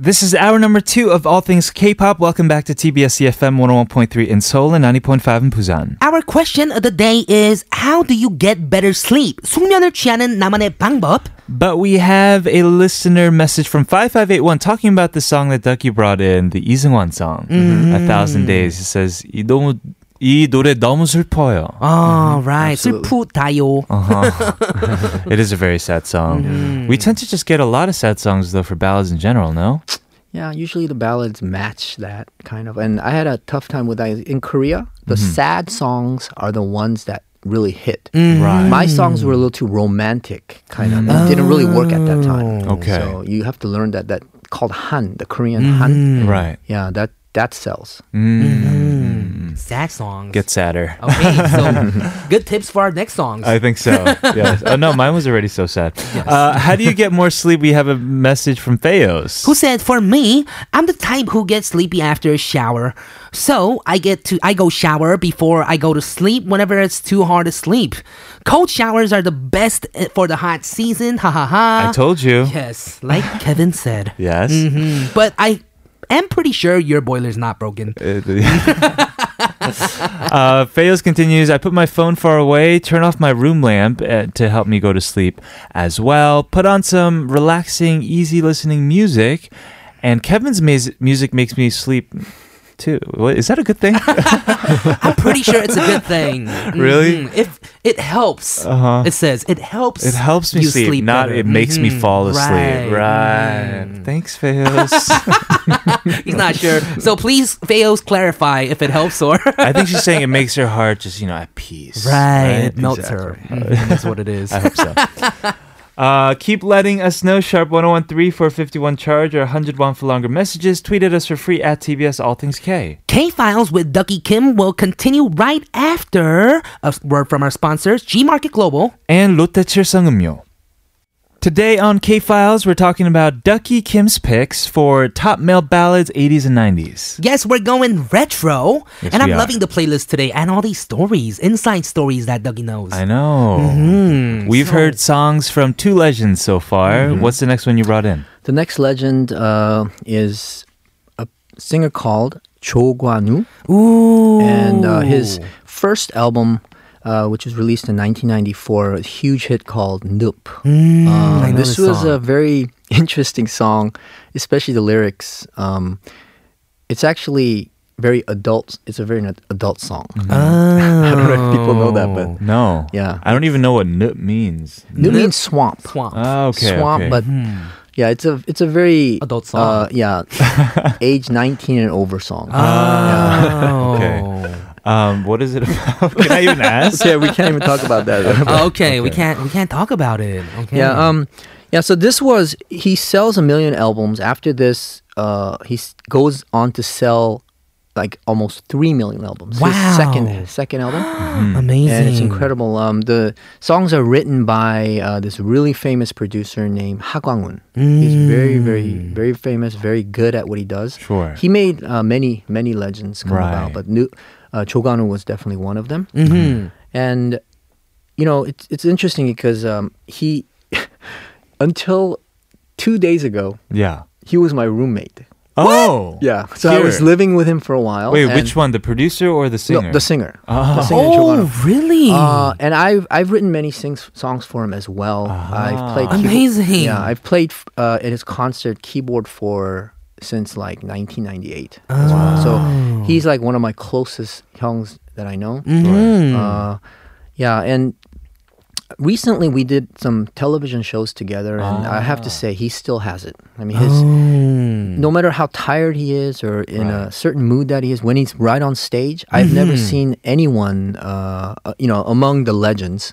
[SPEAKER 2] This is hour number two of All Things K pop. Welcome back to TBS EFM 101.3 in Seoul and 90.5 in Busan.
[SPEAKER 1] Our question of the day is how do you get better sleep? 숙면을 취하는 나만의 방법.
[SPEAKER 2] But we have a listener message from 5581 talking about the song that Ducky brought in, the 이승환 song, A Thousand Days. He says, 이, 너무, 이 노래 너무 슬퍼요. Uh-huh.
[SPEAKER 1] All right.
[SPEAKER 5] Mm-hmm. absolutely.
[SPEAKER 1] 슬프다요.
[SPEAKER 2] It is a very sad song. We tend to just get a lot of sad songs, though, for ballads in general, no?
[SPEAKER 5] Yeah, usually the ballads match that kind of. And I had a tough time with that in Korea. The
[SPEAKER 2] Mm-hmm.
[SPEAKER 5] sad songs are the ones that really hit.
[SPEAKER 2] Right.
[SPEAKER 5] My songs were a little too romantic, kind of. It didn't really work at that time.
[SPEAKER 2] Oh. Okay.
[SPEAKER 5] So you have to learn that that called han, the Korean han.
[SPEAKER 2] Mm-hmm. Right.
[SPEAKER 5] Yeah, that that sells.
[SPEAKER 1] Sad songs.
[SPEAKER 2] Get sadder.
[SPEAKER 1] okay, so good tips for our next songs.
[SPEAKER 2] I think so. yes. Oh, no, mine was already so sad. Uh, how do you get more sleep? We have a message from Theos.
[SPEAKER 1] who said for me i'm the type who gets sleepy after a shower so i get to i go shower before i go to sleep whenever it's too hard to sleep cold showers are the best eh, for the hot season ha ha ha
[SPEAKER 2] I told you.
[SPEAKER 1] yes like kevin said
[SPEAKER 2] Yes.
[SPEAKER 1] Mm, but i am pretty sure your boiler's not broken
[SPEAKER 2] uh, Fayos continues, I put my phone far away, turn off my room lamp uh, to help me go to sleep as well, put on some relaxing, easy listening music, and Kevin's mus- music makes me sleep too. What, is that a good thing?
[SPEAKER 1] i'm pretty sure it's a good thing
[SPEAKER 2] Really?
[SPEAKER 1] Mhm. if it helps
[SPEAKER 2] Uh-huh.
[SPEAKER 1] it says it helps
[SPEAKER 2] It helps me
[SPEAKER 1] you
[SPEAKER 2] sleep, not
[SPEAKER 1] better.
[SPEAKER 2] it makes me
[SPEAKER 1] Mhm.
[SPEAKER 2] fall asleep.
[SPEAKER 1] Right. Mm.
[SPEAKER 2] Right. Thanks, Fayos.
[SPEAKER 1] He's not sure. So please, Feos, clarify if it helps or.
[SPEAKER 2] I think she's saying it makes her heart just, you know, at peace.
[SPEAKER 1] Right, it melts
[SPEAKER 2] Exactly.
[SPEAKER 1] her. Mhm, That's what it is.
[SPEAKER 2] I hope so. Uh, keep letting us know. Sharp 1013 for 51 charge or 101 for longer messages. Tweet at us for free at TBS All Things K.
[SPEAKER 1] K Files with Ducky Kim will continue right after a word from our sponsors, G Market Global.
[SPEAKER 2] And Lotte Chersangumyo. Today on K Files, we're talking about Ducky Kim's picks for top male ballads 80s and 90s.
[SPEAKER 1] Yes, we're going retro.
[SPEAKER 2] Yes,
[SPEAKER 1] and I'm
[SPEAKER 2] we are.
[SPEAKER 1] loving the playlist today and all these stories, inside stories that Dougie knows.
[SPEAKER 2] I know.
[SPEAKER 5] Mm-hmm.
[SPEAKER 1] Hmm.
[SPEAKER 2] We've heard songs from two legends so far.
[SPEAKER 5] Mm-hmm.
[SPEAKER 2] What's the next one you brought in?
[SPEAKER 5] The next legend uh, is a singer called Cho Guanu,
[SPEAKER 1] Ooh.
[SPEAKER 5] and uh, his first album, uh, which was released in 1994, a huge hit called Noop. Uh,
[SPEAKER 1] Mm, I know
[SPEAKER 5] this
[SPEAKER 1] this
[SPEAKER 5] was
[SPEAKER 1] song.
[SPEAKER 5] a very interesting song, especially the lyrics. Um, it's actually very adult. It's a very n- adult song.
[SPEAKER 1] Mm-hmm.
[SPEAKER 5] I don't know if people know that, but
[SPEAKER 2] No.
[SPEAKER 5] Yeah.
[SPEAKER 2] I don't even know what noop means.
[SPEAKER 5] Noop means swamp.
[SPEAKER 1] Oh. Swamp.
[SPEAKER 2] Ah, okay.
[SPEAKER 5] swamp,
[SPEAKER 2] okay.
[SPEAKER 5] but yeah, it's a it's a very
[SPEAKER 1] Hmm. Adult song. Ah.
[SPEAKER 5] Uh, yeah, age 19 and over song.
[SPEAKER 1] Oh.
[SPEAKER 2] Okay. um, what is it about? Can I even ask?
[SPEAKER 5] yeah, we can't even talk about that.
[SPEAKER 1] Oh, okay. we can't we can't talk about it. Okay.
[SPEAKER 5] yeah, um, yeah. So this was he sells a million albums. After this, uh, he s- goes on to sell like almost three million albums.
[SPEAKER 1] Wow. Ah.
[SPEAKER 5] His second second album,
[SPEAKER 1] Hmm. Amazing.
[SPEAKER 5] and it's incredible. Um, the songs are written by uh, this really famous producer named Ha Kwang-un. He's very, very, very famous. Very good at what he does.
[SPEAKER 2] Mm. Sure.
[SPEAKER 5] He made uh, many, many legends come
[SPEAKER 2] Right. Mm-hmm.
[SPEAKER 5] about, but new, uh, Cho Kwang-un was definitely one of them.
[SPEAKER 1] Mhm.
[SPEAKER 5] and you know it's it's interesting because um, he until two days ago
[SPEAKER 2] Yeah.
[SPEAKER 5] he was my roommate.
[SPEAKER 2] Oh.
[SPEAKER 5] Yeah, so I
[SPEAKER 2] Here.
[SPEAKER 5] was living with him for a while.
[SPEAKER 2] Wait,
[SPEAKER 5] and-
[SPEAKER 2] which one? The producer or the singer?
[SPEAKER 5] No, the singer.
[SPEAKER 2] Ah.
[SPEAKER 5] The singer
[SPEAKER 1] Oh,
[SPEAKER 5] Giovanna.
[SPEAKER 1] really?
[SPEAKER 5] Uh, and I've I've written many sings, songs for him as well. I've played keyboard-
[SPEAKER 1] Uh-huh. Amazing.
[SPEAKER 5] yeah, I've played uh, at his concert keyboard for since like 1998. as well. So he's like one of my closest youngs that I know.
[SPEAKER 1] Mhm.
[SPEAKER 5] Uh, yeah, and recently we did some television shows together, and I have
[SPEAKER 1] Ah.
[SPEAKER 5] to say he still has it. I mean,
[SPEAKER 1] Oh.
[SPEAKER 5] his
[SPEAKER 1] Mm.
[SPEAKER 5] no matter how tired he is or in a certain mood that he is, when he's right on stage, I've never seen anyone, uh, uh, you know, among the legends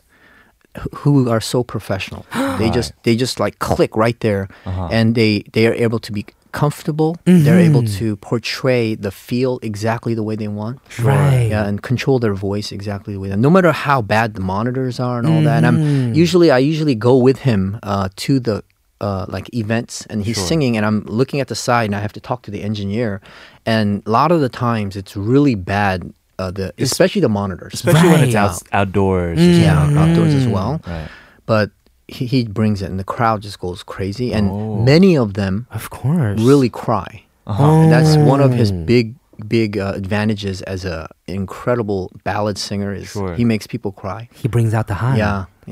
[SPEAKER 5] wh- who are so professional. They just they just like click right there,
[SPEAKER 2] Uh-huh.
[SPEAKER 5] and they they are able to be comfortable. They're able
[SPEAKER 2] Mm-hmm.
[SPEAKER 5] to portray the feel exactly the way they want.
[SPEAKER 1] Right.
[SPEAKER 5] Yeah, and control their voice exactly the way they. No matter how bad the monitors are and all that. And
[SPEAKER 2] Mm.
[SPEAKER 5] I'm usually I usually go with him uh, to the uh, like events, and he's singing, and I'm looking at the side, and I have to talk to the engineer. And a lot of the times, it's really bad. Uh, the especially the monitors,
[SPEAKER 2] Especially when it's
[SPEAKER 1] Right. Mm.
[SPEAKER 2] out, outdoors.
[SPEAKER 5] yeah, outdoors as well.
[SPEAKER 2] Mm. Right.
[SPEAKER 5] But he, he brings it, and the crowd just goes crazy, and
[SPEAKER 2] Oh.
[SPEAKER 5] many of them
[SPEAKER 1] Of course.
[SPEAKER 5] really cry.
[SPEAKER 2] Uh-huh.
[SPEAKER 5] And that's one of
[SPEAKER 2] Oh.
[SPEAKER 5] his big, big uh, advantages as a incredible ballad singer is
[SPEAKER 2] Sure.
[SPEAKER 5] he makes people cry.
[SPEAKER 1] He brings out the high.
[SPEAKER 5] Yeah. yeah,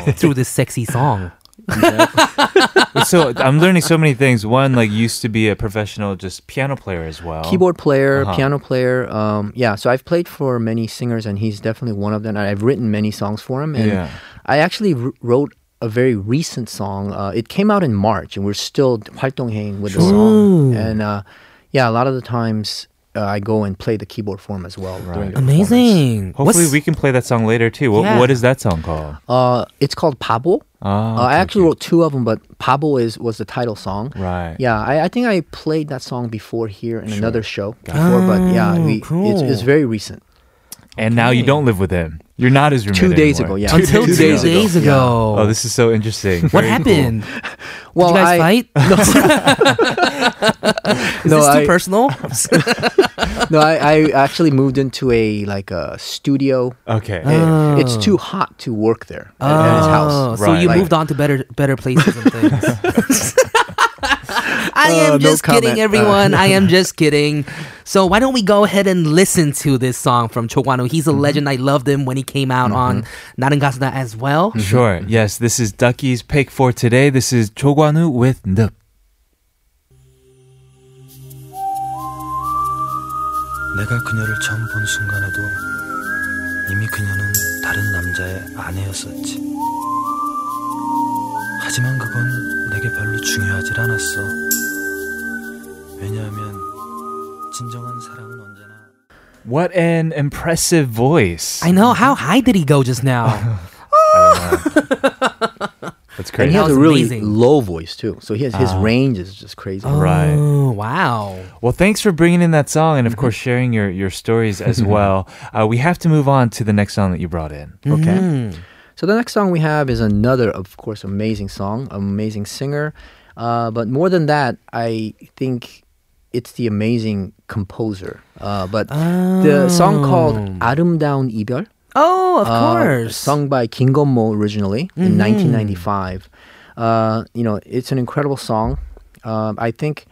[SPEAKER 5] exactly.
[SPEAKER 1] Through this sexy song.
[SPEAKER 2] so I'm learning so many things. One, like, used to be a professional just piano player as well.
[SPEAKER 5] Keyboard player,
[SPEAKER 2] Uh-huh.
[SPEAKER 5] piano player. Um, yeah, so I've played for many singers, and he's definitely one of them. And I've written many songs for him. And
[SPEAKER 2] Yeah.
[SPEAKER 5] I actually wr- wrote a very recent song. Uh, it came out in March, and we're still 활동행 with the song. And uh, yeah, a lot of the times uh, I go and play the keyboard for him as well. during the performance.
[SPEAKER 1] Amazing.
[SPEAKER 2] Hopefully,
[SPEAKER 1] What's-
[SPEAKER 2] we can play that song later too. What,
[SPEAKER 1] Yeah.
[SPEAKER 2] what is that song called?
[SPEAKER 5] Uh, it's called Pabo.
[SPEAKER 2] Ah,
[SPEAKER 5] Uh, I actually wrote two of them, but Pabo is was the title song.
[SPEAKER 2] Right.
[SPEAKER 5] Yeah, I, I think I played that song before here in another show before, but yeah,
[SPEAKER 1] Oh,
[SPEAKER 5] we, it's, it's
[SPEAKER 1] cool.
[SPEAKER 5] very recent.
[SPEAKER 2] And now you don't live with him. You're not his roommate.
[SPEAKER 5] Two days
[SPEAKER 2] anymore.
[SPEAKER 5] ago, yeah.
[SPEAKER 1] Until two days, ago.
[SPEAKER 2] Oh, this is so interesting.
[SPEAKER 1] what
[SPEAKER 2] Very cool.
[SPEAKER 1] happened?
[SPEAKER 5] Well,
[SPEAKER 1] Did you guys
[SPEAKER 5] I,
[SPEAKER 1] fight? is
[SPEAKER 5] No,
[SPEAKER 1] this too
[SPEAKER 5] I-
[SPEAKER 1] personal?
[SPEAKER 5] no, I, I actually moved into a like a studio.
[SPEAKER 2] Okay.
[SPEAKER 1] Uh,
[SPEAKER 5] And It's too hot to work there at, at his
[SPEAKER 1] Oh,
[SPEAKER 5] house.
[SPEAKER 1] So you
[SPEAKER 2] Right.
[SPEAKER 1] moved on to better better places and things. I am
[SPEAKER 5] Uh, no
[SPEAKER 1] just
[SPEAKER 5] comment.
[SPEAKER 1] kidding,
[SPEAKER 5] Uh,
[SPEAKER 1] everyone. I am just kidding. So why don't we go ahead and listen to this song from Chowano? He's a
[SPEAKER 5] Mm-hmm.
[SPEAKER 1] legend. I loved him when he came out on 나는 가수다 as well.
[SPEAKER 2] Mm-hmm. Sure.
[SPEAKER 5] Mm-hmm.
[SPEAKER 2] Yes, this is Ducky's pick for today. This is Chogwanu with Nup.
[SPEAKER 7] 내가 그녀를 처음 본 순간에도 이미 그녀는 다른 남자의 아내였었지. 하지만 그건 내게 별로 중요하질 않았어. 왜냐하면 진정한 사랑은 언제나
[SPEAKER 2] What an impressive voice.
[SPEAKER 1] I know. How high did he go just now?
[SPEAKER 2] That's crazy.
[SPEAKER 5] And he has
[SPEAKER 1] That was
[SPEAKER 5] a really
[SPEAKER 1] amazing.
[SPEAKER 5] low voice too. So he has his range is just crazy.
[SPEAKER 2] Right.
[SPEAKER 1] Oh, wow.
[SPEAKER 2] Well, thanks for bringing in that song and, of
[SPEAKER 1] Mm-hmm.
[SPEAKER 2] course, sharing your, your stories as well. Uh, we have to move on to the next song that you brought in.
[SPEAKER 5] Okay.
[SPEAKER 1] 음.
[SPEAKER 5] So the next song we have is another, of course, amazing song, amazing singer. Uh, but more than that, I think it's the amazing composer. Uh, but the song called 아름다운 이별.
[SPEAKER 1] Oh, of
[SPEAKER 5] uh,
[SPEAKER 1] course. Mm-hmm.
[SPEAKER 5] Sung by Kim Gonmo originally in 1995. Uh, you know, it's an incredible song. Um, I think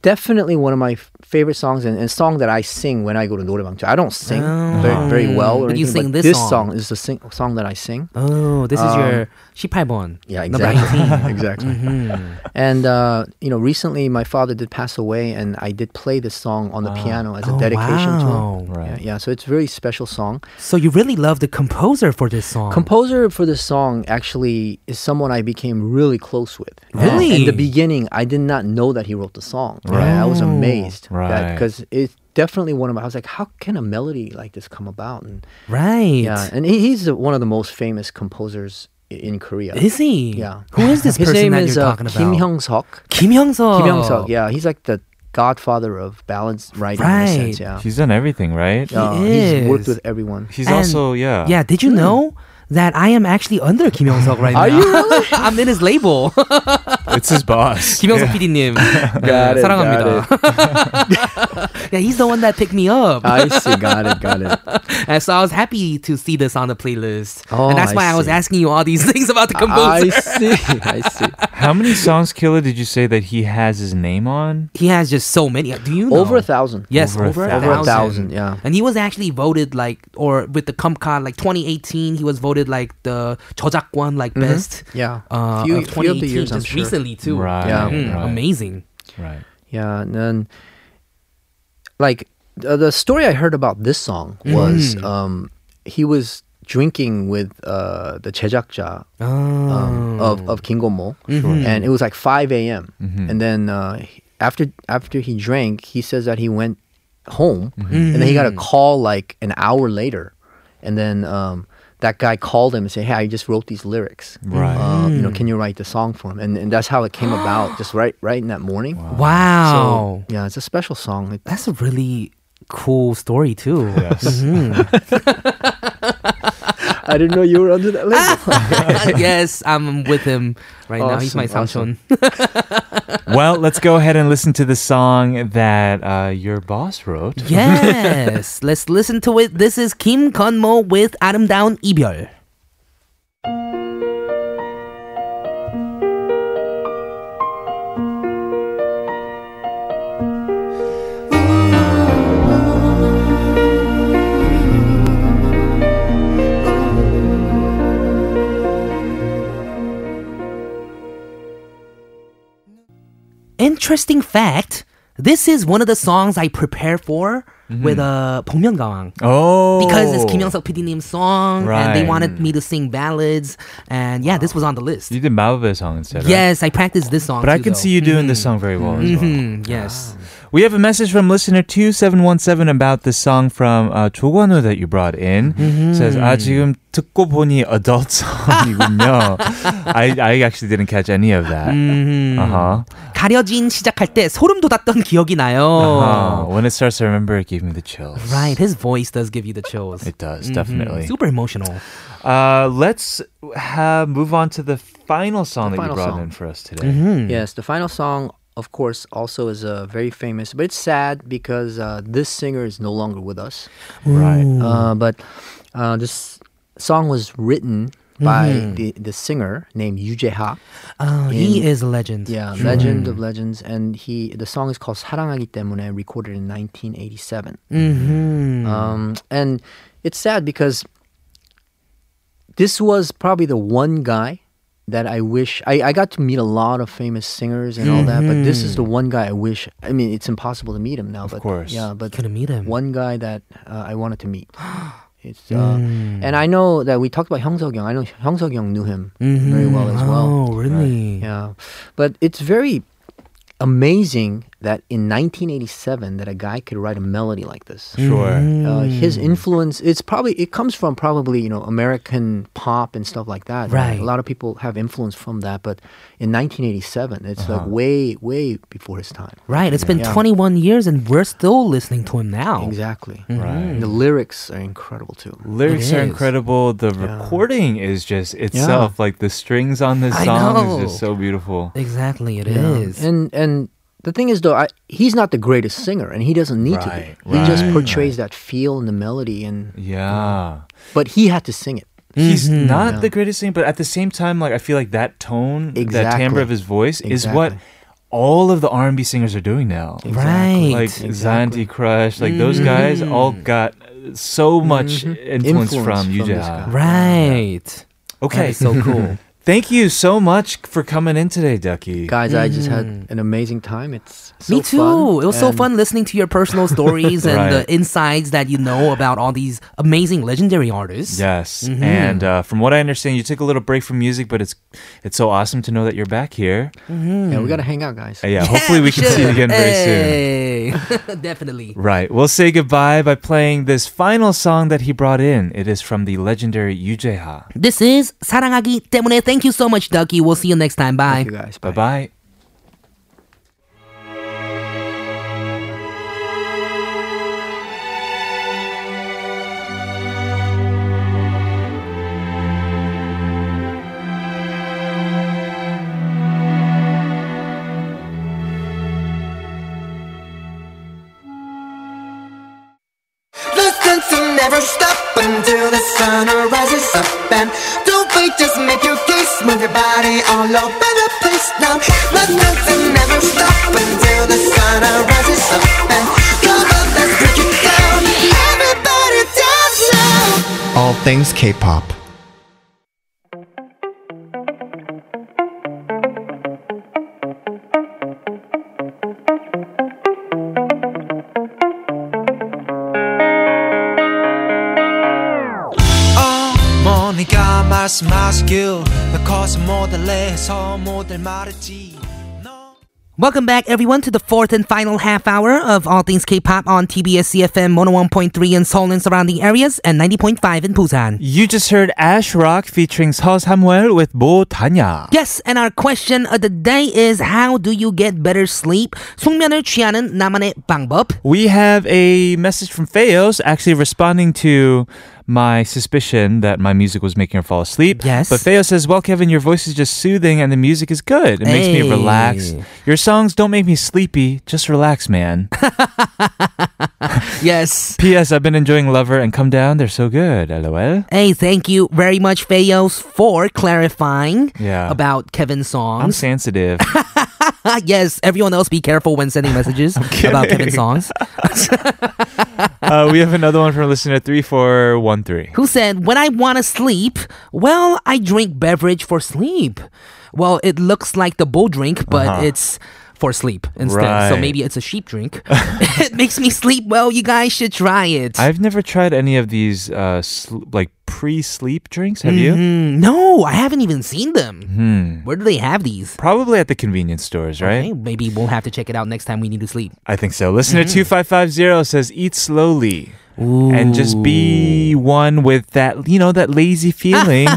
[SPEAKER 5] definitely one of my f- favorite songs and, and song that I sing when I go to 노래방. I don't sing very, very well, or
[SPEAKER 1] Oh. But you
[SPEAKER 5] anything,
[SPEAKER 1] sing
[SPEAKER 5] but
[SPEAKER 1] this song.
[SPEAKER 5] is the sing- song that I sing.
[SPEAKER 1] oh, this is your 18번.
[SPEAKER 5] Um, Yeah,
[SPEAKER 1] Number
[SPEAKER 5] exactly.
[SPEAKER 1] 19.
[SPEAKER 5] exactly.
[SPEAKER 1] Mm-hmm.
[SPEAKER 5] And uh, you know, recently my father did pass away, and I did play this song on the piano as a
[SPEAKER 1] Oh,
[SPEAKER 5] dedication
[SPEAKER 1] wow.
[SPEAKER 5] to him.
[SPEAKER 2] Right.
[SPEAKER 5] Yeah, yeah, so it's a very special song.
[SPEAKER 1] So you really love the composer for this song.
[SPEAKER 5] Composer for this song actually is someone I became really close with. And
[SPEAKER 1] Really? Oh,
[SPEAKER 5] In the beginning, I did not know that he wrote the song. And I was amazed.
[SPEAKER 2] Right.
[SPEAKER 5] Because it's definitely one of my, I was like, how can a melody like this come about? And
[SPEAKER 1] right.
[SPEAKER 5] yeah, and he- he's one of the most famous composers i- in Korea.
[SPEAKER 1] Is he?
[SPEAKER 5] Yeah.
[SPEAKER 1] Who is this
[SPEAKER 5] His
[SPEAKER 1] person
[SPEAKER 5] name
[SPEAKER 1] that
[SPEAKER 5] is
[SPEAKER 1] you're
[SPEAKER 5] uh,
[SPEAKER 1] talking about? Oh.
[SPEAKER 5] Kim Hyung Suk.
[SPEAKER 1] Kim Hyung-suk.
[SPEAKER 5] Kim Hyung Suk, yeah, he's like the godfather of balance writing in a sense,
[SPEAKER 1] Right.
[SPEAKER 5] yeah.
[SPEAKER 2] He's done everything, right?
[SPEAKER 5] Uh,
[SPEAKER 1] He
[SPEAKER 5] He's worked
[SPEAKER 1] is.
[SPEAKER 5] with everyone.
[SPEAKER 2] He's
[SPEAKER 1] And-
[SPEAKER 2] also, yeah.
[SPEAKER 1] Yeah, did you know that I am actually under Kim Hyung-suk right
[SPEAKER 5] Hmm. Are
[SPEAKER 1] now?
[SPEAKER 5] you
[SPEAKER 1] I'm in his label.
[SPEAKER 2] It's his boss.
[SPEAKER 1] 김영석 PD님.
[SPEAKER 5] Got it,
[SPEAKER 1] 사랑합니다. yeah, he's the one that picked me up.
[SPEAKER 5] I see, got it, got it.
[SPEAKER 1] and so I was happy to see this on the playlist.
[SPEAKER 5] Oh,
[SPEAKER 1] and that's
[SPEAKER 5] I
[SPEAKER 1] why I was
[SPEAKER 5] see.
[SPEAKER 1] asking you all these things about the
[SPEAKER 5] I
[SPEAKER 1] composer.
[SPEAKER 5] see, I see.
[SPEAKER 2] How many songs, Killer, did you say that he has his name on?
[SPEAKER 1] he has just so many. Uh, Do you know?
[SPEAKER 5] Over a thousand.
[SPEAKER 1] Yes,
[SPEAKER 2] Over a
[SPEAKER 1] over,
[SPEAKER 2] thousand.
[SPEAKER 5] Over a thousand, yeah.
[SPEAKER 1] And he was actually voted like, or with the ComCon, like 2018, he was voted like the 저작권, like best.
[SPEAKER 5] Yeah.
[SPEAKER 1] Uh,
[SPEAKER 5] Mm-hmm. Few-
[SPEAKER 1] of 2018,
[SPEAKER 5] few of the years, I'm
[SPEAKER 1] just
[SPEAKER 5] sure.
[SPEAKER 1] recently too.
[SPEAKER 2] Right.
[SPEAKER 5] Yeah.
[SPEAKER 1] Mm,
[SPEAKER 2] right,
[SPEAKER 1] Amazing.
[SPEAKER 2] Right.
[SPEAKER 5] Yeah, and then like the, the story I heard about this song
[SPEAKER 1] Mm-hmm.
[SPEAKER 5] was um, he was drinking with uh, the 제작자 um, of of Kingomo, and it was like 5 a.m. And then uh, he- after after he drank, he says that he went home, and then he got a call like an hour later, and then. Um, that guy called him and said, "Hey, I just wrote these lyrics.
[SPEAKER 2] Right.
[SPEAKER 5] Uh, you know, can you write the song for him?" And, and that's how it came about, just right, right in that morning.
[SPEAKER 1] Wow.
[SPEAKER 5] Yeah, it's a special song. It-
[SPEAKER 1] That's a really cool story too. Mm-hmm.
[SPEAKER 2] Yes.
[SPEAKER 5] I didn't know you were under that label.
[SPEAKER 1] yes, I'm with him right now. He's my
[SPEAKER 5] Awesome,
[SPEAKER 1] samchon.
[SPEAKER 2] well, let's go ahead and listen to the song that uh, your boss wrote.
[SPEAKER 1] yes, let's listen to it. This is Kim Gunmo with 아름다운 이별. Interesting fact. This is one of the songs I prepare for with a uh, 복면가왕.
[SPEAKER 2] Mm-hmm. Oh.
[SPEAKER 1] Because it's Kim Young-suk PD님's song, and they
[SPEAKER 2] Right.
[SPEAKER 1] wanted me to sing ballads, and yeah, this was on the list.
[SPEAKER 2] You did Maobbe song instead, right?
[SPEAKER 1] Yes, I practiced this song.
[SPEAKER 2] But I
[SPEAKER 1] too,
[SPEAKER 2] can
[SPEAKER 1] though.
[SPEAKER 2] see you doing this song very well as well.
[SPEAKER 1] Mm, yes.
[SPEAKER 2] We have a message from listener 2717 about this song from uh, 조관우 that you brought in.
[SPEAKER 1] Mm-hmm.
[SPEAKER 2] Says, 아, 지금 듣고 보니 adult song이군요. I, I actually didn't catch any of that.
[SPEAKER 1] Mm-hmm.
[SPEAKER 2] Uh-huh.
[SPEAKER 1] 가려진 시작할 때 소름 돋았던 기억이
[SPEAKER 2] Uh,
[SPEAKER 1] 나요.
[SPEAKER 2] when it starts to remember, it gave me the chills.
[SPEAKER 1] Oh. Right, his voice does give you the chills.
[SPEAKER 2] It does,
[SPEAKER 1] Mhm.
[SPEAKER 2] definitely.
[SPEAKER 1] Super emotional.
[SPEAKER 2] Uh, let's ha- move on to the final song that you
[SPEAKER 5] final
[SPEAKER 2] brought
[SPEAKER 5] song.
[SPEAKER 2] in for us today.
[SPEAKER 1] Mm-hmm.
[SPEAKER 5] yes, the final song, of course, also is uh, very famous, but it's sad because uh, this singer is no longer with us.
[SPEAKER 2] Right.
[SPEAKER 5] Uh, but uh, this song was written by the, the singer named Yu Jae-ha.
[SPEAKER 1] Uh, he is a legend.
[SPEAKER 5] Yeah, legend of legends, and he the song is called 사랑하기 때문에, recorded in 1987.
[SPEAKER 1] hmm
[SPEAKER 5] Um, and it's sad because this was probably the one guy that I wish I, I got to meet a lot of famous singers and all that, but this is the one guy I wish. I mean, it's impossible to meet him now, of but
[SPEAKER 2] course.
[SPEAKER 5] yeah, but
[SPEAKER 1] Couldn't meet him.
[SPEAKER 5] one guy that uh, I wanted to meet. It's, uh, And I know that we talked about Hyung Seok Young. I know Hyung Seok Young knew him very well as well.
[SPEAKER 1] Oh, really?
[SPEAKER 5] Yeah, but it's very amazing that in 1987 that a guy could write a melody like this.
[SPEAKER 1] Mm-hmm.
[SPEAKER 2] Sure.
[SPEAKER 5] Uh, his
[SPEAKER 1] Hmm.
[SPEAKER 5] influence it's probably it comes from probably you know American pop and stuff like that. Uh,
[SPEAKER 1] Right.
[SPEAKER 5] A lot of people have influence from that, but in 1987, it's like
[SPEAKER 1] Uh-huh.
[SPEAKER 5] way way before his time.
[SPEAKER 1] Right. It's been
[SPEAKER 5] Yeah.
[SPEAKER 1] 21 years and we're still listening to him now.
[SPEAKER 5] Exactly.
[SPEAKER 2] Right.
[SPEAKER 5] And the lyrics are incredible too.
[SPEAKER 2] Lyrics
[SPEAKER 1] It
[SPEAKER 2] are
[SPEAKER 1] is.
[SPEAKER 2] incredible. The recording is just itself. Like the strings on this
[SPEAKER 1] I
[SPEAKER 2] song
[SPEAKER 1] know.
[SPEAKER 2] is just so beautiful.
[SPEAKER 1] Exactly, it is.
[SPEAKER 5] And and the thing is though, I, he's not the greatest singer, and he doesn't need
[SPEAKER 2] Right,
[SPEAKER 5] to be. He just
[SPEAKER 2] right,
[SPEAKER 5] portrays that feel and the melody, and
[SPEAKER 2] Yeah.
[SPEAKER 5] but he had to sing it.
[SPEAKER 2] He's
[SPEAKER 1] Mhm.
[SPEAKER 2] not the greatest singer, but at the same time, like I feel like that tone, that
[SPEAKER 5] Exactly.
[SPEAKER 2] timbre of his voice is what
[SPEAKER 5] Exactly.
[SPEAKER 2] all of the R and B singers are doing now.
[SPEAKER 1] Right. Mm-hmm.
[SPEAKER 2] Like Zanti Crush, like those guys all got so much influence,
[SPEAKER 5] Mm-hmm. Influence
[SPEAKER 2] from
[SPEAKER 5] from
[SPEAKER 2] Yu
[SPEAKER 5] this
[SPEAKER 2] Jae.
[SPEAKER 5] guy.
[SPEAKER 1] Right.
[SPEAKER 2] Okay,
[SPEAKER 1] That is so cool.
[SPEAKER 2] thank you so much for coming in today, Ducky.
[SPEAKER 5] Guys, I just had an amazing time. It's so
[SPEAKER 1] Hmm. Me too.
[SPEAKER 5] fun,
[SPEAKER 1] it was so
[SPEAKER 5] and-
[SPEAKER 1] fun listening to your personal stories and
[SPEAKER 2] Right.
[SPEAKER 1] the insights that you know about all these amazing legendary artists.
[SPEAKER 2] Yes, and
[SPEAKER 1] Mm-hmm.
[SPEAKER 2] uh, from what I understand, you took a little break from music, but it's it's so awesome to know that you're back here.
[SPEAKER 5] Yeah, we gotta hang out, guys.
[SPEAKER 2] Uh, yeah, hopefully we can see you again very soon.
[SPEAKER 1] soon. Definitely.
[SPEAKER 2] Right. We'll say goodbye by playing this final song that he brought in. It is from the legendary Yu Jae-ha.
[SPEAKER 1] This is 사랑하기 때문에. Thank you so much, Ducky. We'll see you next time. Bye.
[SPEAKER 5] you guys. Bye.
[SPEAKER 2] Bye-bye.
[SPEAKER 8] Listen to never stop until the sun rises up and don't wait, just make your case, move your body all over the place now. Listen to never stop until the sun rises up and come on, let's break it down. Everybody dance now.
[SPEAKER 9] All things K-pop.
[SPEAKER 7] 어머니가 말씀하시길 나 커서 못 할래 해서 못할 말했지 너
[SPEAKER 1] Welcome back, everyone, to the fourth and final half hour of All Things K-pop on TBS CFM 101.3 in Seoul and surrounding areas and 90.5 in Busan.
[SPEAKER 2] You just heard Ash Rock featuring Seo Samuel with Bo Tanya.
[SPEAKER 1] Yes, and our question of the day is how do you get better sleep? 숙면을 취하는 나만의 방법.
[SPEAKER 2] We have a message from Feos actually responding to my suspicion that my music was making her fall asleep.
[SPEAKER 1] Yes.
[SPEAKER 2] But Feos says, Well, Kevin, your voice is just soothing and the music is good. It makes me
[SPEAKER 1] Hey.
[SPEAKER 2] relax. Your songs don't make me sleepy. Just relax, man.
[SPEAKER 1] Yes.
[SPEAKER 2] P.S. I've been enjoying Lover and Come Down. They're so good. LOL.
[SPEAKER 1] Hey, thank you very much, Fayos, for clarifying
[SPEAKER 2] Yeah.
[SPEAKER 1] about Kevin's
[SPEAKER 2] I'm
[SPEAKER 1] songs.
[SPEAKER 2] sensitive.
[SPEAKER 1] Ah, yes, everyone else be careful when sending messages about Kevin's songs.
[SPEAKER 2] uh, we have another one from listener 3413.
[SPEAKER 1] Who said, When I want to sleep, well, I drink beverage for sleep. Well, it looks like the bull drink, but it's for sleep instead. So
[SPEAKER 2] Uh-huh. Right.
[SPEAKER 1] maybe it's a sheep drink. it makes me sleep well. You guys should try it.
[SPEAKER 2] I've never tried any of these uh, sl- like pre-sleep drinks. Have you?
[SPEAKER 1] Mm, no, I haven't even seen them. Where do they have these?
[SPEAKER 2] Probably at the convenience stores, Hmm. right?
[SPEAKER 1] Okay, maybe we'll have to check it out next time we need to sleep.
[SPEAKER 2] I think so. Listener 2550 says eat slowly. And just be one with that, you know, that lazy feeling.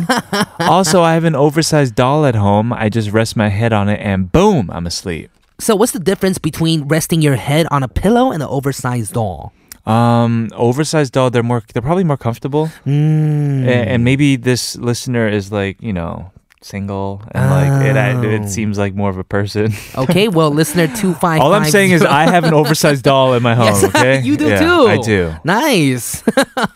[SPEAKER 2] also, I have an oversized doll at home. I just rest my head on it and boom, I'm asleep.
[SPEAKER 1] So, what's the difference between resting your head on a pillow and an oversized doll?
[SPEAKER 2] Um, oversized doll. They're more. They're probably more comfortable.
[SPEAKER 1] Hmm.
[SPEAKER 2] Mm. And, maybe this listener is like you know single and like it. I, it seems like more of a person.
[SPEAKER 1] Okay, well, listener two five.
[SPEAKER 2] All I'm saying is I have an oversized doll in my home.
[SPEAKER 1] Yes,
[SPEAKER 2] okay,
[SPEAKER 1] you do
[SPEAKER 2] Yeah,
[SPEAKER 1] too.
[SPEAKER 2] I do.
[SPEAKER 1] Nice.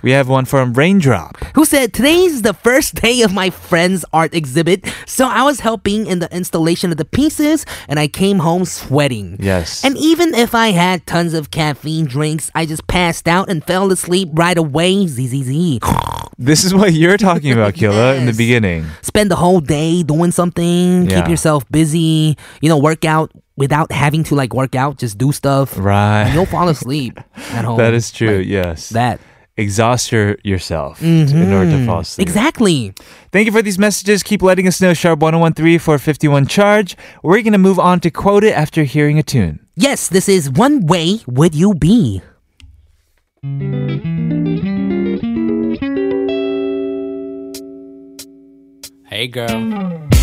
[SPEAKER 2] We have one from Raindrop.
[SPEAKER 1] Who said today's the first day of my friend's art exhibit? So I was helping in the installation of the pieces, and I came home sweating.
[SPEAKER 2] Yes.
[SPEAKER 1] And even if I had tons of caffeine drinks, I just passed out and fell asleep right away. Zzz.
[SPEAKER 2] This is what you're talking about, Killa, in
[SPEAKER 1] Yes.
[SPEAKER 2] the beginning.
[SPEAKER 1] Spend the whole day doing something.
[SPEAKER 2] Yeah.
[SPEAKER 1] Keep yourself busy. You know, work out without having to like work out. Just do stuff.
[SPEAKER 2] Right.
[SPEAKER 1] You'll fall asleep at home.
[SPEAKER 2] That is true.
[SPEAKER 1] Like,
[SPEAKER 2] yes.
[SPEAKER 1] That. Mm-hmm.
[SPEAKER 2] exhaust your, yourself in order to fall asleep.
[SPEAKER 1] Exactly.
[SPEAKER 2] Thank you for these messages. Keep letting us know. Sharp 1013 for 51 charge. We're going to move on to quote it after hearing a tune.
[SPEAKER 1] Yes, this is one way would you be?
[SPEAKER 4] Hey girl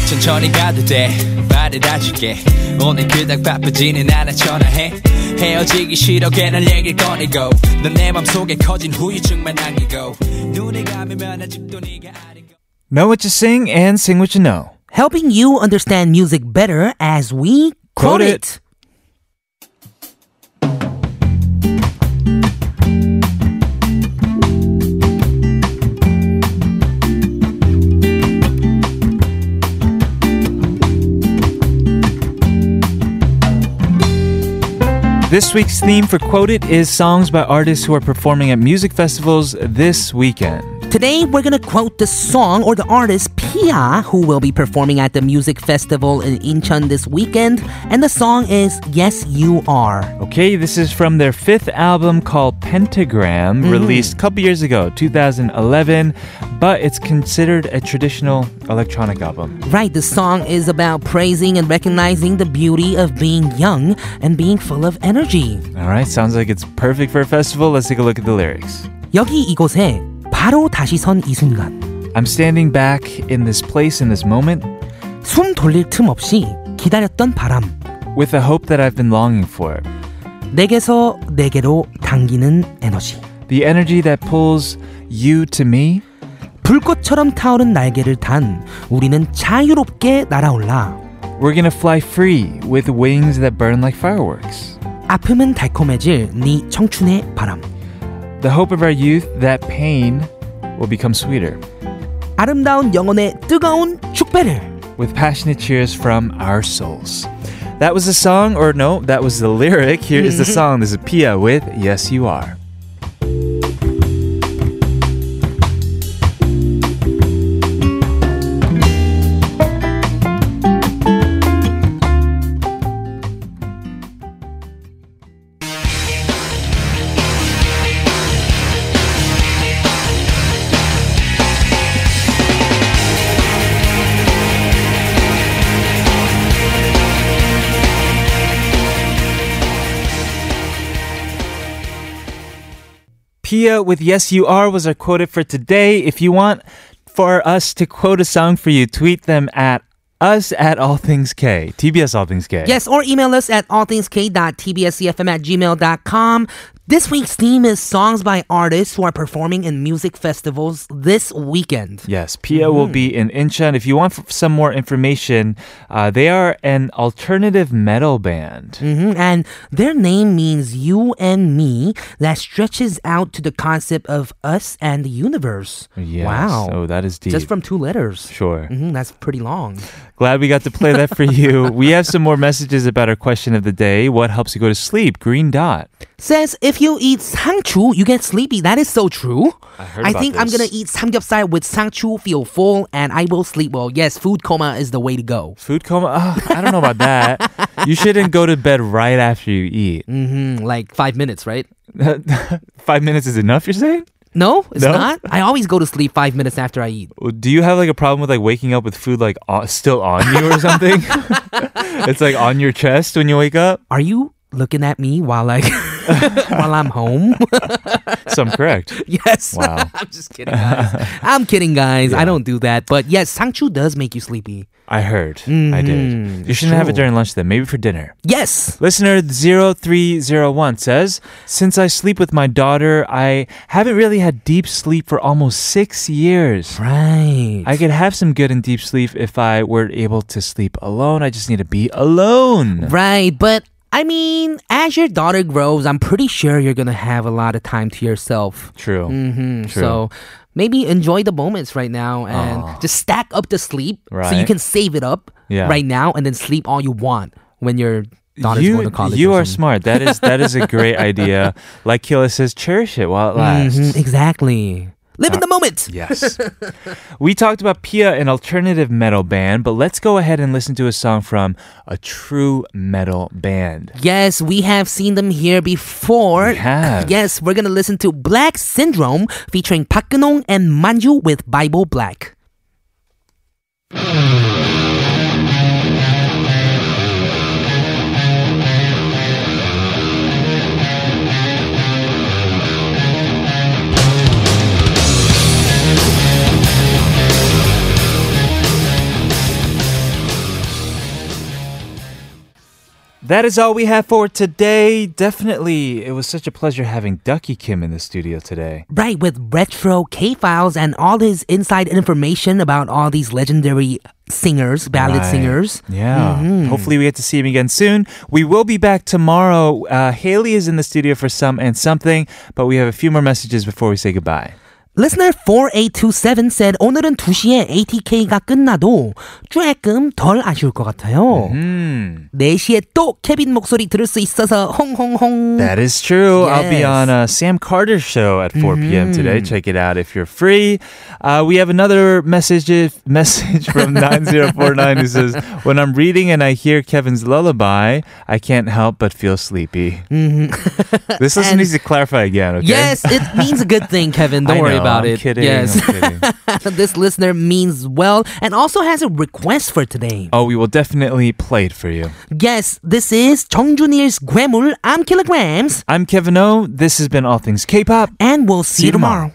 [SPEAKER 7] 천천히 가도 돼 말을 다 줄게 오늘 그닥 바쁘지는 않아 전화해 헤어지기 싫어 괜한 얘기를 꺼내고 넌 내 맘속에 커진 후유증만 남기고 눈에 감으면 아직도 네가 아닌 걸
[SPEAKER 2] Know what you sing and sing what you know.
[SPEAKER 1] Helping you understand music better as we quote,
[SPEAKER 2] Quote
[SPEAKER 1] it.
[SPEAKER 2] it. This week's theme for Quote It is songs by artists who are performing at music festivals this weekend.
[SPEAKER 1] Today, we're going to quote the song or the artist Pia, who will be performing at the music festival in Incheon this weekend. And the song is Yes, You Are.
[SPEAKER 2] Okay, this is from their fifth album called Pentagram, released a couple years ago, 2011, but it's considered a traditional electronic album.
[SPEAKER 1] Right, the song is about praising and recognizing the beauty of being young and being full of energy.
[SPEAKER 2] All right, sounds like it's perfect for a festival. Let's take a look at the lyrics.
[SPEAKER 1] 여기 이곳에 바로 다시 선 이 순간.
[SPEAKER 2] I'm standing back in this place in this moment
[SPEAKER 1] 숨 돌릴 틈 없이 기다렸던 바람.
[SPEAKER 2] with a hope that I've been longing for.
[SPEAKER 1] 내게서 내게로 당기는 에너지.
[SPEAKER 2] The energy that pulls you to me,
[SPEAKER 1] 불꽃처럼 타오른 날개를 단 우리는 자유롭게 날아올라
[SPEAKER 2] we're gonna fly free with wings that burn like fireworks.
[SPEAKER 1] 아픔은 달콤해질 네 청춘의 바람
[SPEAKER 2] The hope of our youth, that pain will become sweeter
[SPEAKER 1] 아름다운 영혼의 뜨거운 축배를
[SPEAKER 2] with passionate cheers from our souls. That was the song, or no, that was the lyric. Here is the song. This is Pia with Yes You Are. Pia with Yes You Are was our quoted for today. If you want for us to quote a song for you, tweet them at us at All Things K, TBS All Things K.
[SPEAKER 1] Yes or email us at allthingsk.tbscfm e at gmail.com This week's theme is songs by artists who are performing in music festivals this weekend
[SPEAKER 2] Yes, Pia will be
[SPEAKER 1] Mm-hmm.
[SPEAKER 2] in Incheon. If you want f- some more information, uh, they are an alternative metal band.
[SPEAKER 1] Mhm, And their name means you and me that stretches out to the concept of us and the universe
[SPEAKER 2] Yes.
[SPEAKER 1] Wow
[SPEAKER 2] Oh, that is deep.
[SPEAKER 1] Just from two letters.
[SPEAKER 2] Sure.
[SPEAKER 1] hmm that's pretty long.
[SPEAKER 2] Glad we got to play that for you. we have some more messages about our question of the day. What helps you go to sleep? Green dot.
[SPEAKER 1] Says if you eat sangchu, you get sleepy. That is so true.
[SPEAKER 2] I heard about
[SPEAKER 1] think I'm
[SPEAKER 2] this.
[SPEAKER 1] gonna eat samgyeopsal with sangchu, feel full, and I will sleep well. Yes, food coma is the way to go.
[SPEAKER 2] Food coma? Ah, I don't know about that. you shouldn't go to bed right after you eat.
[SPEAKER 1] hmm like five minutes, right?
[SPEAKER 2] Five minutes is enough, you're saying?
[SPEAKER 1] No, it's
[SPEAKER 2] No?
[SPEAKER 1] not. I always go to sleep five minutes after I eat.
[SPEAKER 2] Well, Do you have like a problem with like waking up with food like o- still on you or something? it's like on your chest when you wake up?
[SPEAKER 1] Are you looking at me while I while I'm home?
[SPEAKER 2] Some correct.
[SPEAKER 1] yes.
[SPEAKER 2] Wow.
[SPEAKER 1] I'm just kidding, guys. I'm kidding, guys. I don't do that. But yes, sangchu does make you sleepy.
[SPEAKER 2] I heard. I did. You shouldn't have it
[SPEAKER 1] True.
[SPEAKER 2] during lunch then, maybe for dinner.
[SPEAKER 1] Yes.
[SPEAKER 2] Listener 0301 says, Since I sleep with my daughter, I haven't really had deep sleep for almost six years.
[SPEAKER 1] Right.
[SPEAKER 2] I could have some good and deep sleep if I were able to sleep alone. I just need to be alone.
[SPEAKER 1] Right, but I mean, as your daughter grows, I'm pretty sure you're gonna have a lot of time to yourself.
[SPEAKER 2] True.
[SPEAKER 1] Mm,
[SPEAKER 2] True.
[SPEAKER 1] So maybe enjoy the moments right now and just stack up the sleep so you
[SPEAKER 2] Right.
[SPEAKER 1] can save it up
[SPEAKER 2] Yeah.
[SPEAKER 1] right now and then sleep all you want when your daughter's
[SPEAKER 2] you,
[SPEAKER 1] going to college.
[SPEAKER 2] you
[SPEAKER 1] or
[SPEAKER 2] are
[SPEAKER 1] something.
[SPEAKER 2] smart. That is that is a great idea. Like Kila says, cherish it while it
[SPEAKER 1] Mhm,
[SPEAKER 2] lasts.
[SPEAKER 1] exactly. Live
[SPEAKER 2] Uh,
[SPEAKER 1] in the moment.
[SPEAKER 2] Yes. we talked about Pia, an alternative metal band, but let's go ahead and listen to a song from a true metal band.
[SPEAKER 1] Yes, we have seen them here before.
[SPEAKER 2] We have.
[SPEAKER 1] Yes, we're gonna listen to Black Syndrome featuring Park Geun-hong and Manju with Bible Black.
[SPEAKER 2] That is all we have for today. Definitely, it was such a pleasure having Ducky Kim in the studio today.
[SPEAKER 1] Right, with retro K files and all his inside information about all these legendary singers, ballad
[SPEAKER 2] Right.
[SPEAKER 1] singers.
[SPEAKER 2] Yeah. Hopefully, we get to see him again soon. We will be back tomorrow. Uh, Haley is in the studio for some and something, but we have a few more messages before we say goodbye.
[SPEAKER 1] Listener 4827 said 오늘은 2시에 ATK가 끝나도 조금 덜 아쉬울 것 같아요. 4시에 또 케빈 목소리 들을 수 있어서 홍홍홍.
[SPEAKER 2] That is true. I'll be
[SPEAKER 1] Yes. Mm-hmm.
[SPEAKER 2] on a Sam Carter show at 4 p.m. today. Check it out if you're free. Uh, we have another message message from 9049 who says, "When I'm reading and I hear Kevin's lullaby, I can't help but feel sleepy." this lesson
[SPEAKER 1] Mm-hmm. And-
[SPEAKER 2] needs to clarify again. Okay?
[SPEAKER 1] Yes, it means a good thing, Kevin. Don't
[SPEAKER 2] I
[SPEAKER 1] worry
[SPEAKER 2] know,
[SPEAKER 1] about
[SPEAKER 2] I'm
[SPEAKER 1] it.
[SPEAKER 2] Kidding,
[SPEAKER 1] Yes.
[SPEAKER 2] I'm kidding.
[SPEAKER 1] this listener means well and also has a request for today.
[SPEAKER 2] oh, we will definitely play it for you.
[SPEAKER 1] Yes, this is 정준일's 괴물 I'm Kilograms
[SPEAKER 2] I'm Kevin O. This has been All Things K-pop.
[SPEAKER 1] and we'll see, you tomorrow.